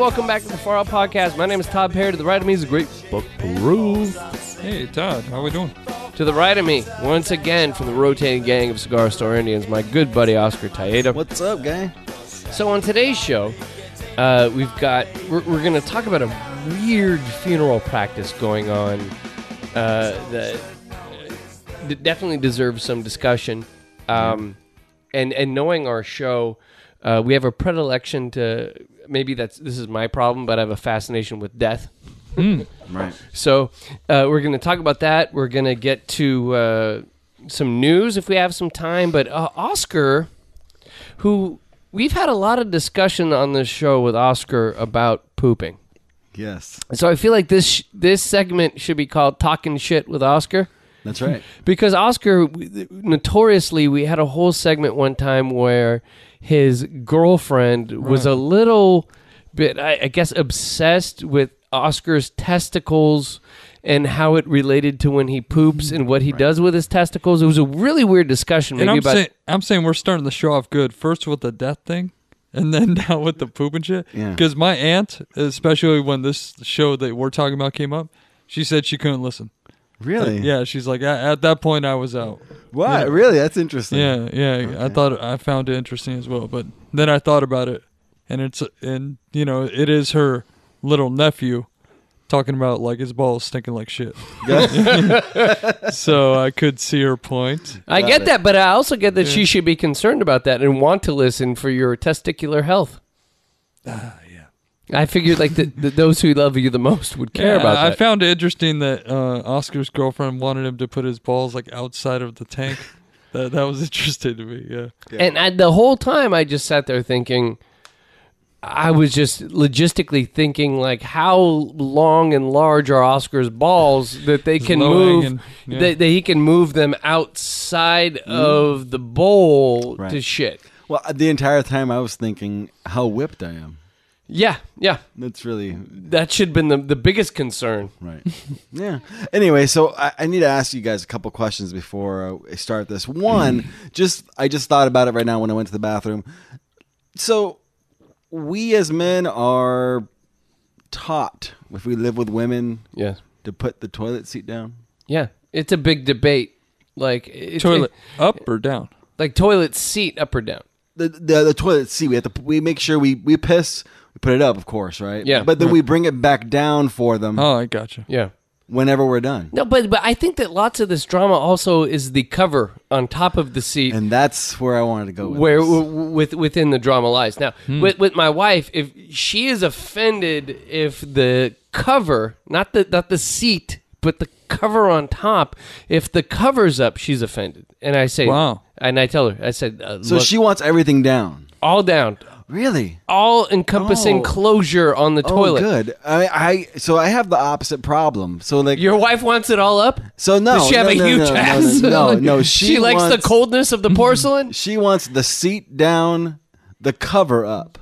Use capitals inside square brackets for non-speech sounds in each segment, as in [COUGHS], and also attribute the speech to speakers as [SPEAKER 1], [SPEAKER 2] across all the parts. [SPEAKER 1] welcome back to the Far Out Podcast. My name is Todd Perry. To the right of me is the great Buck Peru.
[SPEAKER 2] Hey Todd, how we doing?
[SPEAKER 1] To the right of me, once again from the rotating gang of Cigar Store Indians, my good buddy Oscar Taeda.
[SPEAKER 3] What's up, guy?
[SPEAKER 1] So on today's show, uh, we've got we're, we're going to talk about a weird funeral practice going on uh, that uh, d- definitely deserves some discussion. Um, and and knowing our show, uh, we have a predilection to maybe that's this is my problem, but I have a fascination with death.
[SPEAKER 3] Right.
[SPEAKER 1] So uh, we're going to talk about that. We're going to get to uh, some news if we have some time. But uh, Oscar, who we've had a lot of discussion on this show with Oscar about pooping.
[SPEAKER 3] Yes.
[SPEAKER 1] So I feel like this sh- this segment should be called "Talking Shit with Oscar."
[SPEAKER 3] That's right.
[SPEAKER 1] Because Oscar, we- notoriously, we had a whole segment one time where his girlfriend was a little bit, I, I guess, obsessed with Oscar's testicles and how it related to when he poops and what he does with his testicles. It was a really weird discussion. Maybe
[SPEAKER 2] and I'm
[SPEAKER 1] about
[SPEAKER 2] saying I'm saying we're starting the show off good. First with the death thing, and then [LAUGHS] now with the poop and shit.
[SPEAKER 3] Yeah.
[SPEAKER 2] Because my aunt, especially when this show that we're talking about came up, she said she couldn't listen.
[SPEAKER 3] Really?
[SPEAKER 2] Yeah, she's like, at, at that point, I was out.
[SPEAKER 3] Wow. Really? That's interesting.
[SPEAKER 2] Yeah, yeah. I thought I found it interesting as well, but then I thought about it, and it's and you know it is her little nephew talking about like his balls stinking like shit. [LAUGHS] so I could see her point.
[SPEAKER 1] I get that, but I also get that she should be concerned about that and want to listen for your testicular health.
[SPEAKER 2] Ah,
[SPEAKER 1] yeah. I figured like the, the, those who love you the most would care
[SPEAKER 2] Yeah,
[SPEAKER 1] about
[SPEAKER 2] I
[SPEAKER 1] that.
[SPEAKER 2] found it interesting that uh, Oscar's girlfriend wanted him to put his balls like outside of the [LAUGHS] tank. that that was interesting to me. Yeah.
[SPEAKER 1] And I, the whole time I just sat there thinking, I was just logistically thinking, like, how long and large are Oscar's balls that they can
[SPEAKER 2] low
[SPEAKER 1] move,
[SPEAKER 2] hanging, yeah. Mm.
[SPEAKER 1] that, that he can move them outside of the bowl
[SPEAKER 3] Right.
[SPEAKER 1] to shit.
[SPEAKER 3] Well, the entire time I was thinking how whipped I am.
[SPEAKER 1] Yeah, yeah.
[SPEAKER 3] That's really
[SPEAKER 1] That should have been the, the biggest concern.
[SPEAKER 3] right. yeah. Anyway, so I, I need to ask you guys a couple questions before I start this. One, just I just thought about it right now when I went to the bathroom. So we as men are taught if we live with women
[SPEAKER 1] Yeah.
[SPEAKER 3] to put the toilet seat down.
[SPEAKER 1] Yeah. It's a big debate. Like, it's
[SPEAKER 2] Toilet up or down?
[SPEAKER 1] like toilet seat up or down.
[SPEAKER 3] the, the the toilet seat. We have to we make sure we we piss, we put it up, of course, right?
[SPEAKER 1] Yeah.
[SPEAKER 3] But then we bring it back down for them
[SPEAKER 2] Oh, I gotcha.
[SPEAKER 1] Yeah.
[SPEAKER 3] whenever we're done,
[SPEAKER 1] No, but but I think that lots of this drama also is the cover on top of the seat
[SPEAKER 3] and that's where I wanted to go. With
[SPEAKER 1] where
[SPEAKER 3] this.
[SPEAKER 1] w- w- with within the drama lies. Now,
[SPEAKER 3] Hmm.
[SPEAKER 1] with with my wife, if she is offended if the cover, not the not the seat, but the cover on top, if the cover's up, she's offended. And I say,
[SPEAKER 2] Wow.
[SPEAKER 1] And I tell her, I said, uh,
[SPEAKER 3] so
[SPEAKER 1] look,
[SPEAKER 3] she wants everything down.
[SPEAKER 1] all down,
[SPEAKER 3] Really?
[SPEAKER 1] all encompassing
[SPEAKER 3] Oh.
[SPEAKER 1] closure on the
[SPEAKER 3] Oh,
[SPEAKER 1] toilet.
[SPEAKER 3] good. I, I so I have the opposite problem. So like
[SPEAKER 1] Your wife wants it all up.
[SPEAKER 3] so no.
[SPEAKER 1] Does she have
[SPEAKER 3] no,
[SPEAKER 1] a
[SPEAKER 3] no,
[SPEAKER 1] huge
[SPEAKER 3] no, no,
[SPEAKER 1] ass? [LAUGHS]
[SPEAKER 3] No, no, no, she,
[SPEAKER 1] likes the
[SPEAKER 3] wants-
[SPEAKER 1] coldness of the porcelain.
[SPEAKER 3] [LAUGHS] She wants the seat down, the cover up.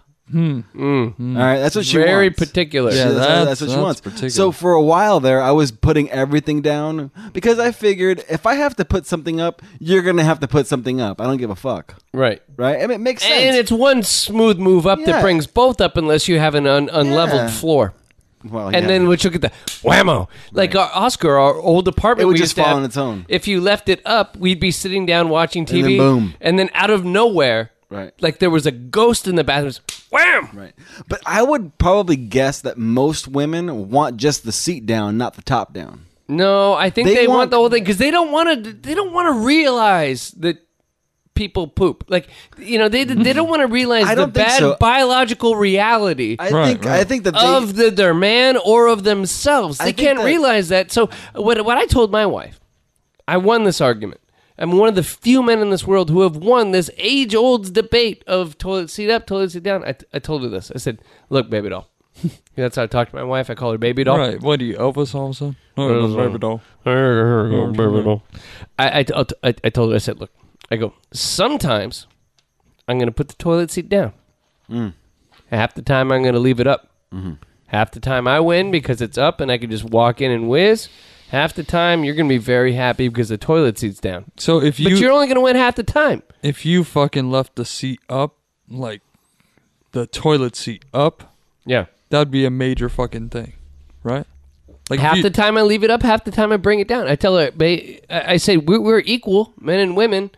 [SPEAKER 3] All right, that's what she
[SPEAKER 1] Hmm. Very
[SPEAKER 3] wants.
[SPEAKER 1] particular.
[SPEAKER 3] Yeah,
[SPEAKER 2] Yeah,
[SPEAKER 3] that's,
[SPEAKER 2] that's-
[SPEAKER 3] that's what she
[SPEAKER 2] that's
[SPEAKER 3] wants.
[SPEAKER 2] particular.
[SPEAKER 3] So for a while there, I was putting everything down because I figured if I have to put something up, you're gonna have to put something up. I don't give a fuck,
[SPEAKER 1] Right.
[SPEAKER 3] right? I mean, it makes sense.
[SPEAKER 1] And it's one smooth move up that
[SPEAKER 3] Yeah.
[SPEAKER 1] brings both up, unless you have an un- unleveled
[SPEAKER 3] Yeah.
[SPEAKER 1] floor.
[SPEAKER 3] well,
[SPEAKER 1] And
[SPEAKER 3] yeah.
[SPEAKER 1] then which look at the whammo. Like our Oscar, our old apartment,
[SPEAKER 3] It would
[SPEAKER 1] we
[SPEAKER 3] just
[SPEAKER 1] used to
[SPEAKER 3] fall
[SPEAKER 1] have,
[SPEAKER 3] on its own.
[SPEAKER 1] If you left it up, we'd be sitting down watching TV,
[SPEAKER 3] then boom.
[SPEAKER 1] and then out of nowhere,
[SPEAKER 3] Right.
[SPEAKER 1] Like there was a ghost in the bathroom. Wham!
[SPEAKER 3] right. But I would probably guess that most women want just the seat down, not the top down.
[SPEAKER 1] No, I think they,
[SPEAKER 3] They
[SPEAKER 1] want,
[SPEAKER 3] want-
[SPEAKER 1] the whole thing because they don't want to. They don't want to realize that people poop. Like you know, they they don't want to realize
[SPEAKER 3] I
[SPEAKER 1] the
[SPEAKER 3] don't think
[SPEAKER 1] bad
[SPEAKER 3] so.
[SPEAKER 1] biological reality.
[SPEAKER 3] I
[SPEAKER 2] Right,
[SPEAKER 3] think
[SPEAKER 2] right.
[SPEAKER 3] I think that they,
[SPEAKER 1] of the, their man or of themselves. They
[SPEAKER 3] think
[SPEAKER 1] can't
[SPEAKER 3] that-
[SPEAKER 1] realize that. So what what I told my wife, I won this argument. I'm one of the few men in this world who have won this age old debate of toilet seat up, toilet seat down. I, I told her this. I said, "Look, baby doll." [LAUGHS] That's how I talk to my wife. I call her baby doll.
[SPEAKER 2] All right. What do you Elvis all of a sudden? Oh, No,
[SPEAKER 1] Elvis.
[SPEAKER 2] baby doll.
[SPEAKER 1] I, I, t- I- I told her, I said, look, I go, sometimes I'm going to put the toilet seat down. Half the time I'm going to leave it up. Half the time I win because it's up and I can just walk in and whiz. Half the time you're going to be very happy because the toilet seat's down.
[SPEAKER 2] So if
[SPEAKER 1] But
[SPEAKER 2] you
[SPEAKER 1] you're only going to win half the time.
[SPEAKER 2] if you fucking left the seat up, like the toilet seat up,
[SPEAKER 1] Yeah.
[SPEAKER 2] That'd be a major fucking thing, right? Like if
[SPEAKER 1] half
[SPEAKER 2] you-
[SPEAKER 1] the time I leave it up, half the time I bring it down. I tell her, "Ba- I I say we're, we're equal, men and women.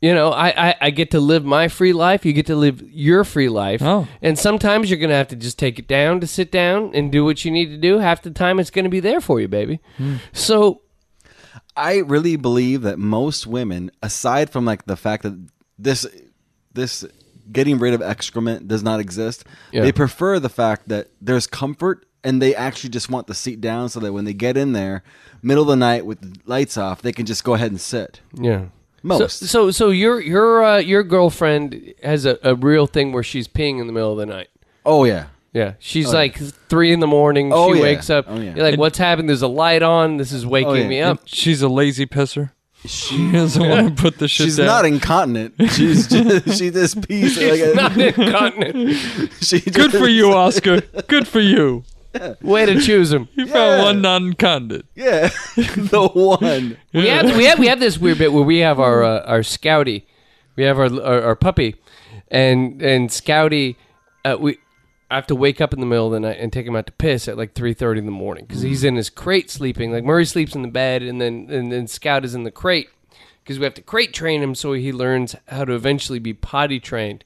[SPEAKER 1] You know, I, I, I get to live my free life. You get to live your free life.
[SPEAKER 2] Oh.
[SPEAKER 1] And sometimes you're going to have to just take it down to sit down and do what you need to do. Half the time it's going to be there for you, baby.
[SPEAKER 2] Hmm.
[SPEAKER 1] So
[SPEAKER 3] I really believe that most women, aside from like the fact that this this getting rid of excrement does not exist,
[SPEAKER 1] Yeah.
[SPEAKER 3] they prefer the fact that there's comfort and they actually just want the seat down so that when they get in there, middle of the night with the lights off, they can just go ahead and sit.
[SPEAKER 1] yeah,
[SPEAKER 3] Most.
[SPEAKER 1] So so, so your your uh, your girlfriend has a, a real thing where she's peeing in the middle of the night.
[SPEAKER 3] oh yeah.
[SPEAKER 1] Yeah, she's like three in the morning.
[SPEAKER 3] Oh,
[SPEAKER 1] she
[SPEAKER 3] yeah.
[SPEAKER 1] wakes up.
[SPEAKER 3] Oh, yeah. Oh,
[SPEAKER 1] You're like, what's happened? There's a light on. This is waking
[SPEAKER 3] yeah.
[SPEAKER 1] me up.
[SPEAKER 2] she's a lazy pisser.
[SPEAKER 3] She
[SPEAKER 2] She doesn't want to put the shit
[SPEAKER 3] She's
[SPEAKER 2] down.
[SPEAKER 3] [LAUGHS] not incontinent.
[SPEAKER 2] [LAUGHS]
[SPEAKER 3] She's just, she just pees. like,
[SPEAKER 1] not incontinent. [LAUGHS]
[SPEAKER 3] she just,
[SPEAKER 2] Good for you, Oscar. Good for you.
[SPEAKER 1] Way to choose him.
[SPEAKER 2] You found
[SPEAKER 3] Yeah.
[SPEAKER 2] one non-condit.
[SPEAKER 3] Yeah, [LAUGHS] the one.
[SPEAKER 1] We have we have we have this weird bit where we have our uh, our Scouty, we have our our, our puppy, and and Scouty, uh, we. I have to wake up in the middle of the night and take him out to piss at like three thirty in the morning because he's in his crate sleeping. Like Murray sleeps in the bed, and then and then Scout is in the crate because we have to crate train him so he learns how to eventually be potty trained.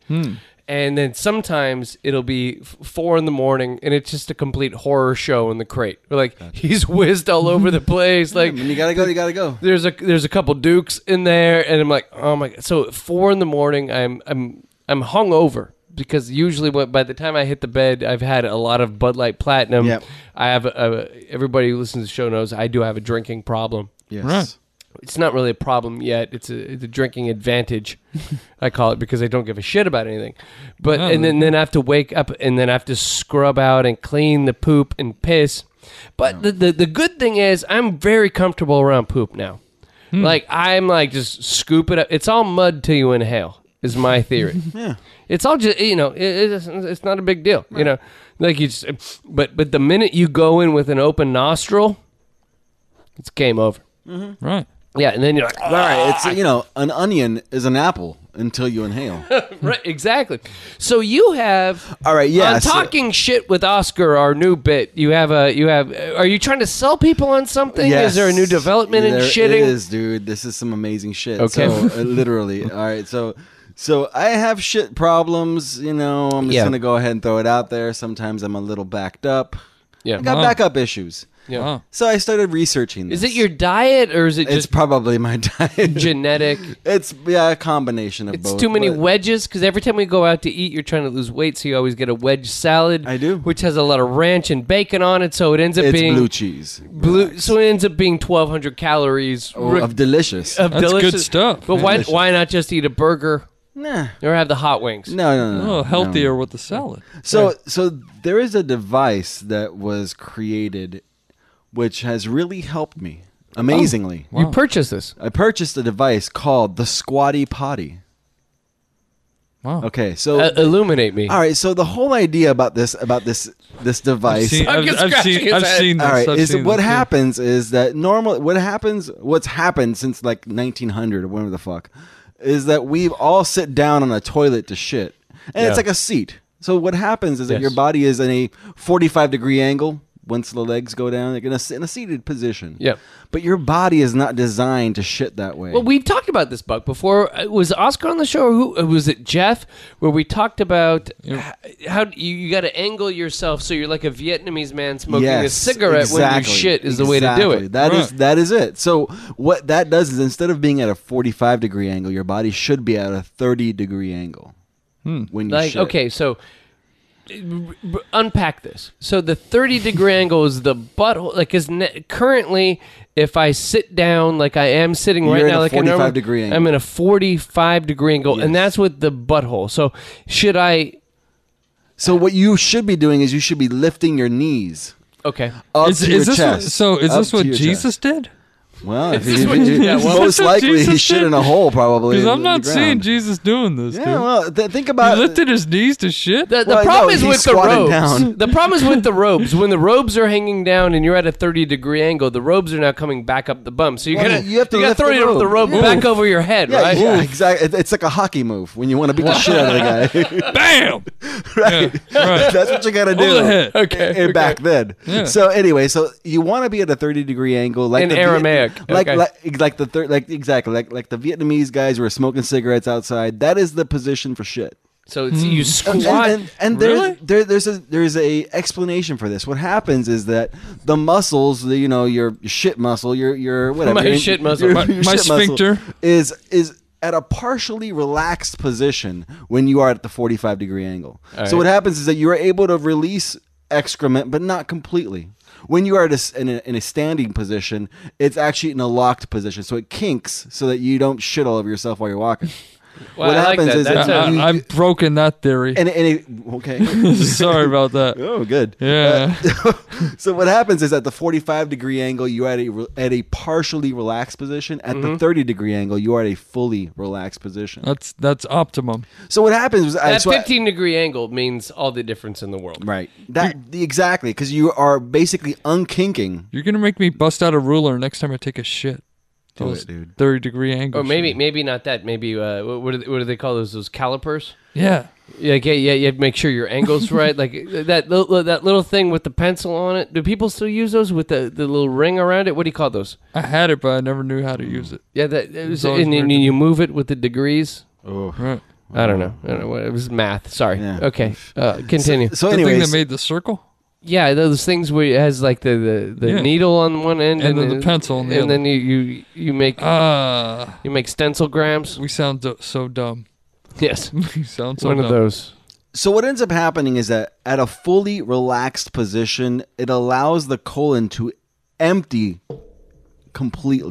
[SPEAKER 1] And then sometimes it'll be f- four in the morning, and it's just a complete horror show in the crate. We're like, he's whizzed all over the place. Like
[SPEAKER 3] When you gotta go, you gotta go.
[SPEAKER 1] there's a there's a couple dukes in there, and I'm like, oh my god. So at four in the morning, I'm I'm I'm hungover because usually what, by the time I hit the bed, I've had a lot of Bud Light Platinum.
[SPEAKER 3] Yep.
[SPEAKER 1] I have a, a, everybody who listens to the show knows I do have a drinking problem.
[SPEAKER 3] Yes.
[SPEAKER 2] Right.
[SPEAKER 1] It's not really a problem yet. It's a, it's a drinking advantage, I call it, because I don't give a shit about anything. But
[SPEAKER 2] No,
[SPEAKER 1] and then then I have to wake up and then I have to scrub out and clean the poop and piss. But the, the the good thing is I'm very comfortable around poop now. Like I'm like just scoop it up. It's all mud till you inhale. Is my theory.
[SPEAKER 3] Yeah.
[SPEAKER 1] It's all just you know. It, it's, it's not a big deal. You know, like you just. But but the minute you go in with an open nostril, it's game over.
[SPEAKER 2] Right.
[SPEAKER 1] Yeah, and then you're like,
[SPEAKER 3] All right. It's you know, an onion is an apple until you inhale.
[SPEAKER 1] Right, exactly. So you have
[SPEAKER 3] All right, Uh, yeah,
[SPEAKER 1] on
[SPEAKER 3] so-
[SPEAKER 1] talking shit with Oscar, our new bit. You have a you have. Are you trying to sell people on something? Is there a new development in
[SPEAKER 3] There
[SPEAKER 1] shitting?
[SPEAKER 3] is, dude. This is some amazing shit.
[SPEAKER 1] Okay.
[SPEAKER 3] Okay.
[SPEAKER 1] [LAUGHS]
[SPEAKER 3] So, uh, literally. All right. So, so I have shit problems. You know, I'm just
[SPEAKER 1] Yeah.
[SPEAKER 3] gonna go ahead and throw it out there. Sometimes I'm a little backed up.
[SPEAKER 1] Yeah.
[SPEAKER 3] I got
[SPEAKER 2] Wow.
[SPEAKER 3] backup issues.
[SPEAKER 1] Yeah.
[SPEAKER 2] Wow.
[SPEAKER 3] So I started researching. This.
[SPEAKER 1] Is it your diet or is it
[SPEAKER 3] It's
[SPEAKER 1] just
[SPEAKER 3] probably my [LAUGHS]
[SPEAKER 1] [LAUGHS]
[SPEAKER 3] diet.
[SPEAKER 1] genetic?
[SPEAKER 3] it's yeah, a combination of
[SPEAKER 1] It's
[SPEAKER 3] both.
[SPEAKER 1] too many
[SPEAKER 3] but-
[SPEAKER 1] wedges because every time we go out to eat, you're trying to lose weight, so you always get a wedge salad.
[SPEAKER 3] I do.
[SPEAKER 1] which has a lot of ranch and bacon on it, so it ends up
[SPEAKER 3] It's
[SPEAKER 1] being
[SPEAKER 3] blue cheese
[SPEAKER 1] blue- So it ends up being 1,200 calories
[SPEAKER 3] Oh,
[SPEAKER 1] re-
[SPEAKER 3] of delicious.
[SPEAKER 1] of
[SPEAKER 2] That's good
[SPEAKER 1] delicious
[SPEAKER 2] stuff.
[SPEAKER 1] But why
[SPEAKER 3] Delicious.
[SPEAKER 1] why not just eat a burger
[SPEAKER 3] nah.
[SPEAKER 1] or have the hot wings?
[SPEAKER 3] No, no, no.
[SPEAKER 2] Oh,
[SPEAKER 3] no.
[SPEAKER 2] healthier with the salad.
[SPEAKER 3] So so there is a device that was created which has really helped me amazingly.
[SPEAKER 1] You purchased this.
[SPEAKER 3] I purchased a device called the Squatty Potty.
[SPEAKER 2] Wow.
[SPEAKER 3] Okay, so
[SPEAKER 1] Uh, illuminate me.
[SPEAKER 3] Oh, all right, so the whole idea about this about this this
[SPEAKER 2] I've
[SPEAKER 3] device
[SPEAKER 2] seen,
[SPEAKER 1] I'm
[SPEAKER 2] I've,
[SPEAKER 1] just
[SPEAKER 2] I've
[SPEAKER 1] scratching his
[SPEAKER 2] seen, I've
[SPEAKER 1] head.
[SPEAKER 2] seen this.
[SPEAKER 3] all right,
[SPEAKER 2] I've
[SPEAKER 3] is
[SPEAKER 2] seen
[SPEAKER 3] what
[SPEAKER 2] this, yeah.
[SPEAKER 3] happens is that normal what happens what's happened since like 1900 or whatever the fuck is that we all sit down on a toilet to shit. And
[SPEAKER 1] Yeah.
[SPEAKER 3] it's like a seat. So what happens is that
[SPEAKER 1] Yes.
[SPEAKER 3] your body is in a 45 degree angle once the legs go down like in a, in a seated position.
[SPEAKER 1] Yep.
[SPEAKER 3] But your body is not designed to shit that way.
[SPEAKER 1] Well, we've talked about this buck before. Uh, Was Oscar on the show? Or who uh, was it? Jeff, where we talked about h- how you, you got to angle yourself so you're like a Vietnamese man smoking a
[SPEAKER 3] Yes,
[SPEAKER 1] cigarette when you
[SPEAKER 3] exactly,
[SPEAKER 1] shit is the way to do
[SPEAKER 3] exactly.
[SPEAKER 1] it.
[SPEAKER 3] That is-
[SPEAKER 2] Right.
[SPEAKER 3] that is it. So what that does is instead of being at a 45 degree angle, your body should be at a 30 degree angle. When you
[SPEAKER 1] like,
[SPEAKER 3] shit.
[SPEAKER 1] okay, so uh, b- unpack this. So the 30 degree angle is the butthole. Like, is ne- currently, if I sit down like I am sitting right
[SPEAKER 3] You're in
[SPEAKER 1] now,
[SPEAKER 3] a
[SPEAKER 1] like I norm-
[SPEAKER 3] 45 degree angle.
[SPEAKER 1] I'm in a 45 degree angle, and
[SPEAKER 3] Yes.
[SPEAKER 1] that's with the butthole. So should I?
[SPEAKER 3] So what you should be doing is you should be lifting your knees
[SPEAKER 1] Okay.
[SPEAKER 3] up
[SPEAKER 2] Is,
[SPEAKER 3] to
[SPEAKER 2] is
[SPEAKER 3] your
[SPEAKER 2] this
[SPEAKER 3] chest.
[SPEAKER 2] what, so? Is
[SPEAKER 3] up
[SPEAKER 2] this
[SPEAKER 3] to
[SPEAKER 2] what
[SPEAKER 3] your
[SPEAKER 2] Jesus
[SPEAKER 3] chest.
[SPEAKER 2] did?
[SPEAKER 3] Well, if
[SPEAKER 1] This
[SPEAKER 3] he,
[SPEAKER 1] is what you-
[SPEAKER 2] Yeah, well-
[SPEAKER 3] most likely he
[SPEAKER 2] Jesus
[SPEAKER 3] shit
[SPEAKER 2] did.
[SPEAKER 3] in a hole, probably.
[SPEAKER 2] Because
[SPEAKER 3] in
[SPEAKER 2] I'm
[SPEAKER 3] the
[SPEAKER 2] not seeing
[SPEAKER 3] ground.
[SPEAKER 2] Jesus doing this,
[SPEAKER 3] Yeah,
[SPEAKER 2] dude.
[SPEAKER 3] well, th- think about
[SPEAKER 2] he lifted his knees to shit.
[SPEAKER 1] The, the
[SPEAKER 3] Well,
[SPEAKER 1] problem
[SPEAKER 3] no,
[SPEAKER 1] is
[SPEAKER 3] he's
[SPEAKER 1] with the
[SPEAKER 3] squatting
[SPEAKER 1] robes.
[SPEAKER 3] down.
[SPEAKER 1] [LAUGHS] The problem is with the robes. When the robes are hanging down and you're at a 30 degree angle, the robes are now coming back up the bum. So you're
[SPEAKER 3] Well,
[SPEAKER 1] gonna
[SPEAKER 3] you have to
[SPEAKER 1] gotta
[SPEAKER 3] lift
[SPEAKER 1] throw
[SPEAKER 3] the
[SPEAKER 1] your- the robe
[SPEAKER 3] robe.
[SPEAKER 1] back
[SPEAKER 3] Oof.
[SPEAKER 1] over your head,
[SPEAKER 3] Yeah,
[SPEAKER 1] right?
[SPEAKER 3] yeah, exactly. It- It's like a hockey move when you want to beat the shit out of the guy.
[SPEAKER 2] Bam!
[SPEAKER 3] right.
[SPEAKER 2] Yeah, right.
[SPEAKER 3] That's what you got to do.
[SPEAKER 2] Over the head.
[SPEAKER 1] Okay,
[SPEAKER 3] And Back then.
[SPEAKER 2] Yeah.
[SPEAKER 3] So anyway, so you want to be at a 30 degree angle like
[SPEAKER 1] In
[SPEAKER 3] the
[SPEAKER 1] Aramaic.
[SPEAKER 3] like,
[SPEAKER 1] Okay.
[SPEAKER 3] like like the thir- like exactly like like the Vietnamese guys were smoking cigarettes outside. That is the position for shit.
[SPEAKER 1] So it's, you
[SPEAKER 3] And,
[SPEAKER 1] squat.
[SPEAKER 3] and, and there,
[SPEAKER 2] Really?
[SPEAKER 3] there, there's a there's a explanation for this. What happens is that the muscles, the, you know, your shit muscle, your your whatever,
[SPEAKER 1] My
[SPEAKER 3] your-
[SPEAKER 1] shit muscle.
[SPEAKER 3] your-
[SPEAKER 1] My-
[SPEAKER 3] your
[SPEAKER 2] my
[SPEAKER 3] shit muscle
[SPEAKER 2] sphincter.
[SPEAKER 3] is is at a partially relaxed position when you are at the 45 degree angle.
[SPEAKER 1] All
[SPEAKER 3] So what
[SPEAKER 1] right.
[SPEAKER 3] happens is that you are able to release excrement, but not completely. When you are at a s in, a, in a standing position, it's actually in a locked position, so it kinks so that you don't shit all over yourself while you're walking.
[SPEAKER 1] Well,
[SPEAKER 3] what
[SPEAKER 1] I like
[SPEAKER 3] happens
[SPEAKER 1] that.
[SPEAKER 3] is
[SPEAKER 1] That's
[SPEAKER 3] that
[SPEAKER 1] a-
[SPEAKER 3] you-
[SPEAKER 2] I, I've broken that theory.
[SPEAKER 3] And, and it, okay.
[SPEAKER 2] [LAUGHS]
[SPEAKER 1] [LAUGHS]
[SPEAKER 2] Sorry about
[SPEAKER 3] [LAUGHS]
[SPEAKER 2] that.
[SPEAKER 3] Oh, good.
[SPEAKER 2] Yeah.
[SPEAKER 3] so what happens is at the 45 degree angle, you are at a re- at a partially relaxed position. At the 30 degree angle, you are at a fully relaxed position.
[SPEAKER 2] That's that's optimum.
[SPEAKER 3] so what happens is uh,
[SPEAKER 1] That
[SPEAKER 3] so I-
[SPEAKER 1] 15 degree angle means all the difference in the world.
[SPEAKER 3] right that the- exactly because you are basically unkinking.
[SPEAKER 2] You're gonna make me bust out a ruler next time I take a shit.
[SPEAKER 3] Do
[SPEAKER 2] Those
[SPEAKER 3] it, dude.
[SPEAKER 2] Thirty degree angle.
[SPEAKER 1] Or maybe
[SPEAKER 2] shit.
[SPEAKER 1] maybe not that. Maybe uh, what, what, do they, what do they call those? Those calipers?
[SPEAKER 2] Yeah.
[SPEAKER 1] Yeah, yeah, yeah. You have to make sure your angle's right. Like that little, that little thing with the pencil on it. Do people still use those with the, the little ring around it? What do you call those?
[SPEAKER 2] I had it, but I never knew how to use it.
[SPEAKER 1] Yeah, that it was,
[SPEAKER 2] always
[SPEAKER 1] and,
[SPEAKER 2] weird
[SPEAKER 1] and
[SPEAKER 2] to
[SPEAKER 1] you move it with the degrees.
[SPEAKER 3] Oh.
[SPEAKER 2] Right.
[SPEAKER 1] I don't know. I don't know. what- It was math. Sorry.
[SPEAKER 3] Yeah.
[SPEAKER 1] Okay. Uh, continue.
[SPEAKER 3] So
[SPEAKER 2] the thing that
[SPEAKER 3] anyways,
[SPEAKER 2] made the circle.
[SPEAKER 1] yeah, those things where it has like the, the, the
[SPEAKER 2] Yeah.
[SPEAKER 1] needle on one end
[SPEAKER 2] And then the pencil on the
[SPEAKER 1] and
[SPEAKER 2] other.
[SPEAKER 1] then you, you you make
[SPEAKER 2] Ah,
[SPEAKER 1] you make stencil grams.
[SPEAKER 2] we sound do- so dumb. [LAUGHS]
[SPEAKER 1] Yes,
[SPEAKER 2] we sound
[SPEAKER 1] [LAUGHS]
[SPEAKER 2] so
[SPEAKER 1] one
[SPEAKER 2] dumb.
[SPEAKER 1] of those.
[SPEAKER 3] so what ends up happening is that at a fully relaxed position, it allows the colon to empty completely.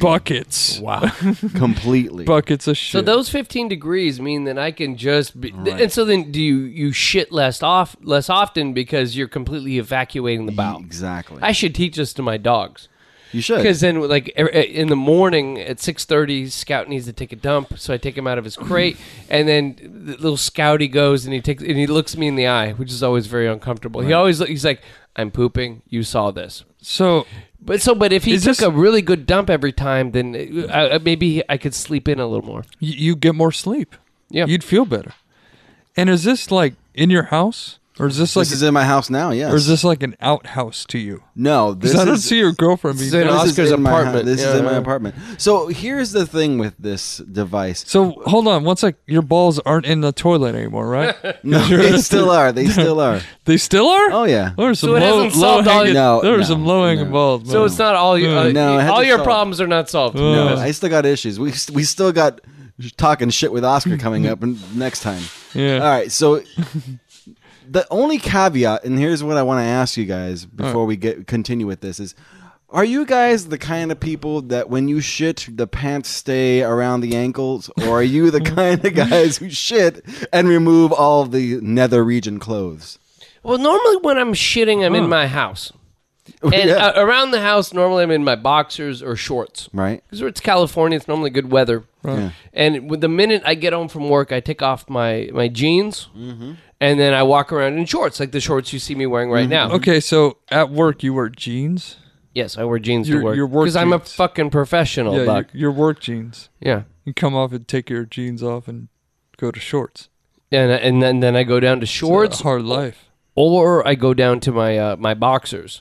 [SPEAKER 1] [LAUGHS]
[SPEAKER 2] Buckets.
[SPEAKER 1] Wow.
[SPEAKER 3] Completely.
[SPEAKER 2] Buckets of shit.
[SPEAKER 1] So those 15 degrees mean that I can just be,
[SPEAKER 3] Right.
[SPEAKER 1] and so then do you you shit less off less often because you're completely evacuating the bowel.
[SPEAKER 3] Exactly.
[SPEAKER 1] I should teach this to my dogs
[SPEAKER 3] you should.
[SPEAKER 1] because then like er- er- in the morning at 6:30 Scout needs to take a dump, so I take him out of his crate and then the little Scouty goes and he takes and he looks me in the eye, which is always very uncomfortable. He always he's like I'm pooping. You saw this.
[SPEAKER 2] so
[SPEAKER 1] But so, but if he
[SPEAKER 2] Is
[SPEAKER 1] took
[SPEAKER 2] this-
[SPEAKER 1] a really good dump every time, then uh, uh, maybe I could sleep in a little more.
[SPEAKER 2] y- you get more sleep.
[SPEAKER 1] Yeah.
[SPEAKER 2] You'd feel better. And is this like in your house, or is this like,
[SPEAKER 3] this is in my house now. Yes.
[SPEAKER 2] or is this like an outhouse to you?
[SPEAKER 3] no?
[SPEAKER 2] 'Cause
[SPEAKER 3] This
[SPEAKER 2] I don't
[SPEAKER 3] is,
[SPEAKER 2] see your girlfriend being.
[SPEAKER 1] This is in
[SPEAKER 3] This is
[SPEAKER 1] Oscar's
[SPEAKER 3] in my hou-
[SPEAKER 1] apartment.
[SPEAKER 3] this is
[SPEAKER 1] Yeah,
[SPEAKER 3] in my
[SPEAKER 1] yeah.
[SPEAKER 3] apartment. So here's the thing with this device.
[SPEAKER 2] So hold on, once like your balls aren't in the toilet anymore,
[SPEAKER 1] [LAUGHS]
[SPEAKER 2] right?
[SPEAKER 3] No, they still are. They still are.
[SPEAKER 2] they still are.
[SPEAKER 3] Oh yeah.
[SPEAKER 2] there are some
[SPEAKER 1] So it
[SPEAKER 2] low,
[SPEAKER 1] hasn't solved all
[SPEAKER 2] hanging.
[SPEAKER 3] your- No,
[SPEAKER 2] there are
[SPEAKER 3] no,
[SPEAKER 2] some low hanging
[SPEAKER 3] no.
[SPEAKER 2] balls.
[SPEAKER 1] So
[SPEAKER 2] man.
[SPEAKER 1] it's not all
[SPEAKER 2] Mm.
[SPEAKER 1] you. Uh,
[SPEAKER 3] No, it hasn't
[SPEAKER 1] all your
[SPEAKER 3] solved.
[SPEAKER 1] problems are not solved.
[SPEAKER 3] No,
[SPEAKER 2] Ugh.
[SPEAKER 3] I still got issues. We we still got talking shit with Oscar coming up and next time.
[SPEAKER 2] Yeah.
[SPEAKER 3] All right. So the only caveat, and here's what I want to ask you guys
[SPEAKER 1] Oh.
[SPEAKER 3] before we get continue with this is. Are you guys the kind of people that when you shit, the pants stay around the ankles? Or are you
[SPEAKER 1] [LAUGHS]
[SPEAKER 3] the kind of guys who shit and remove all the nether region clothes?
[SPEAKER 1] Well, normally when I'm shitting, I'm in my
[SPEAKER 2] [LAUGHS]
[SPEAKER 1] house, [LAUGHS] and
[SPEAKER 3] Yeah.
[SPEAKER 1] uh, around the house, normally I'm in my boxers or shorts.
[SPEAKER 3] right?
[SPEAKER 1] Because it's California, it's normally good weather.
[SPEAKER 3] Yeah.
[SPEAKER 1] And with the minute I get home from work, I take off my my jeans,
[SPEAKER 3] Mm-hmm.
[SPEAKER 1] and then I walk around in shorts, like the shorts you see me wearing right now.
[SPEAKER 3] Mm-hmm.
[SPEAKER 2] Okay, so at work you wear jeans.
[SPEAKER 1] Yes, I wear jeans
[SPEAKER 2] Your-
[SPEAKER 1] to work
[SPEAKER 2] your work
[SPEAKER 1] because I'm a
[SPEAKER 2] jeans.
[SPEAKER 1] fucking professional,
[SPEAKER 2] yeah, your,
[SPEAKER 1] buck.
[SPEAKER 2] your work jeans.
[SPEAKER 1] Yeah.
[SPEAKER 2] You come off and take your jeans off and go to shorts.
[SPEAKER 1] And, and then, then I go down to
[SPEAKER 2] It's a
[SPEAKER 1] shorts,
[SPEAKER 2] hard life.
[SPEAKER 1] or I go down to my uh, my boxers.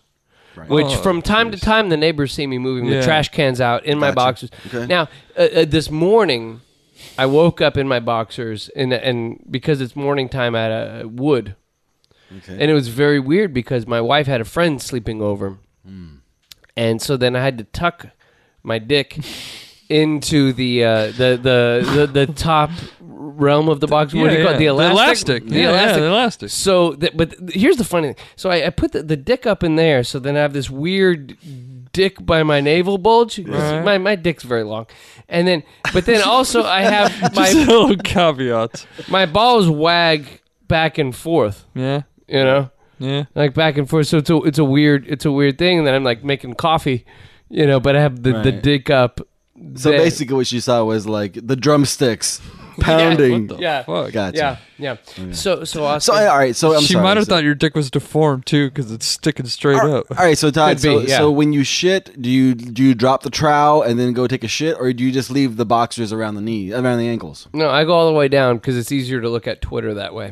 [SPEAKER 3] Right.
[SPEAKER 1] Which,
[SPEAKER 2] Oh,
[SPEAKER 1] from time to time, the neighbors see me moving
[SPEAKER 2] Yeah.
[SPEAKER 1] the trash cans out in my
[SPEAKER 3] Gotcha.
[SPEAKER 1] boxers.
[SPEAKER 3] Okay.
[SPEAKER 1] Now, uh, uh, this morning, I woke up in my boxers, and and because it's morning time, I had a wood,
[SPEAKER 3] Okay.
[SPEAKER 1] and it was very weird because my wife had a friend sleeping over,
[SPEAKER 3] Hmm.
[SPEAKER 1] and so then I had to tuck my dick [LAUGHS] into the uh, the, the the the top realm of the box. What do you
[SPEAKER 2] yeah,
[SPEAKER 1] call it? The
[SPEAKER 2] yeah.
[SPEAKER 1] elastic.
[SPEAKER 2] The elastic. Yeah, yeah, the elastic.
[SPEAKER 1] So, that, but th- here's the funny thing. So I, I put the, the dick up in there. So then I have this weird dick by my navel bulge. 'cause
[SPEAKER 2] Right.
[SPEAKER 1] My my dick's very long, and then but then also [LAUGHS] I have
[SPEAKER 2] Just [LAUGHS]
[SPEAKER 1] my
[SPEAKER 2] little caveats.
[SPEAKER 1] my balls wag back and forth.
[SPEAKER 2] Yeah,
[SPEAKER 1] You know
[SPEAKER 2] yeah.
[SPEAKER 1] like back and forth. So it's a it's a weird it's a weird thing. And then I'm like making coffee, you know, but I have the, the
[SPEAKER 3] Right.
[SPEAKER 1] dick up.
[SPEAKER 3] So
[SPEAKER 1] that-
[SPEAKER 3] basically, what she saw was like
[SPEAKER 1] [LAUGHS]
[SPEAKER 3] the drumsticks pounding.
[SPEAKER 1] What the- Yeah.
[SPEAKER 2] Fuck.
[SPEAKER 3] Gotcha.
[SPEAKER 1] yeah, yeah. So, so
[SPEAKER 3] So
[SPEAKER 1] Austin,
[SPEAKER 3] I- all right. So Oh, I'm
[SPEAKER 2] she
[SPEAKER 3] sorry.
[SPEAKER 2] might have
[SPEAKER 3] So-
[SPEAKER 2] thought your dick was deformed too, because it's sticking straight up.
[SPEAKER 3] All right. So Todd,
[SPEAKER 1] Could
[SPEAKER 3] so,
[SPEAKER 1] be, yeah.
[SPEAKER 3] so when you shit, do you do you drop the trowel and then go take a shit, or do you just leave the boxers around the knee, around the ankles?
[SPEAKER 1] no, I go all the way down because it's easier to look at Twitter that way.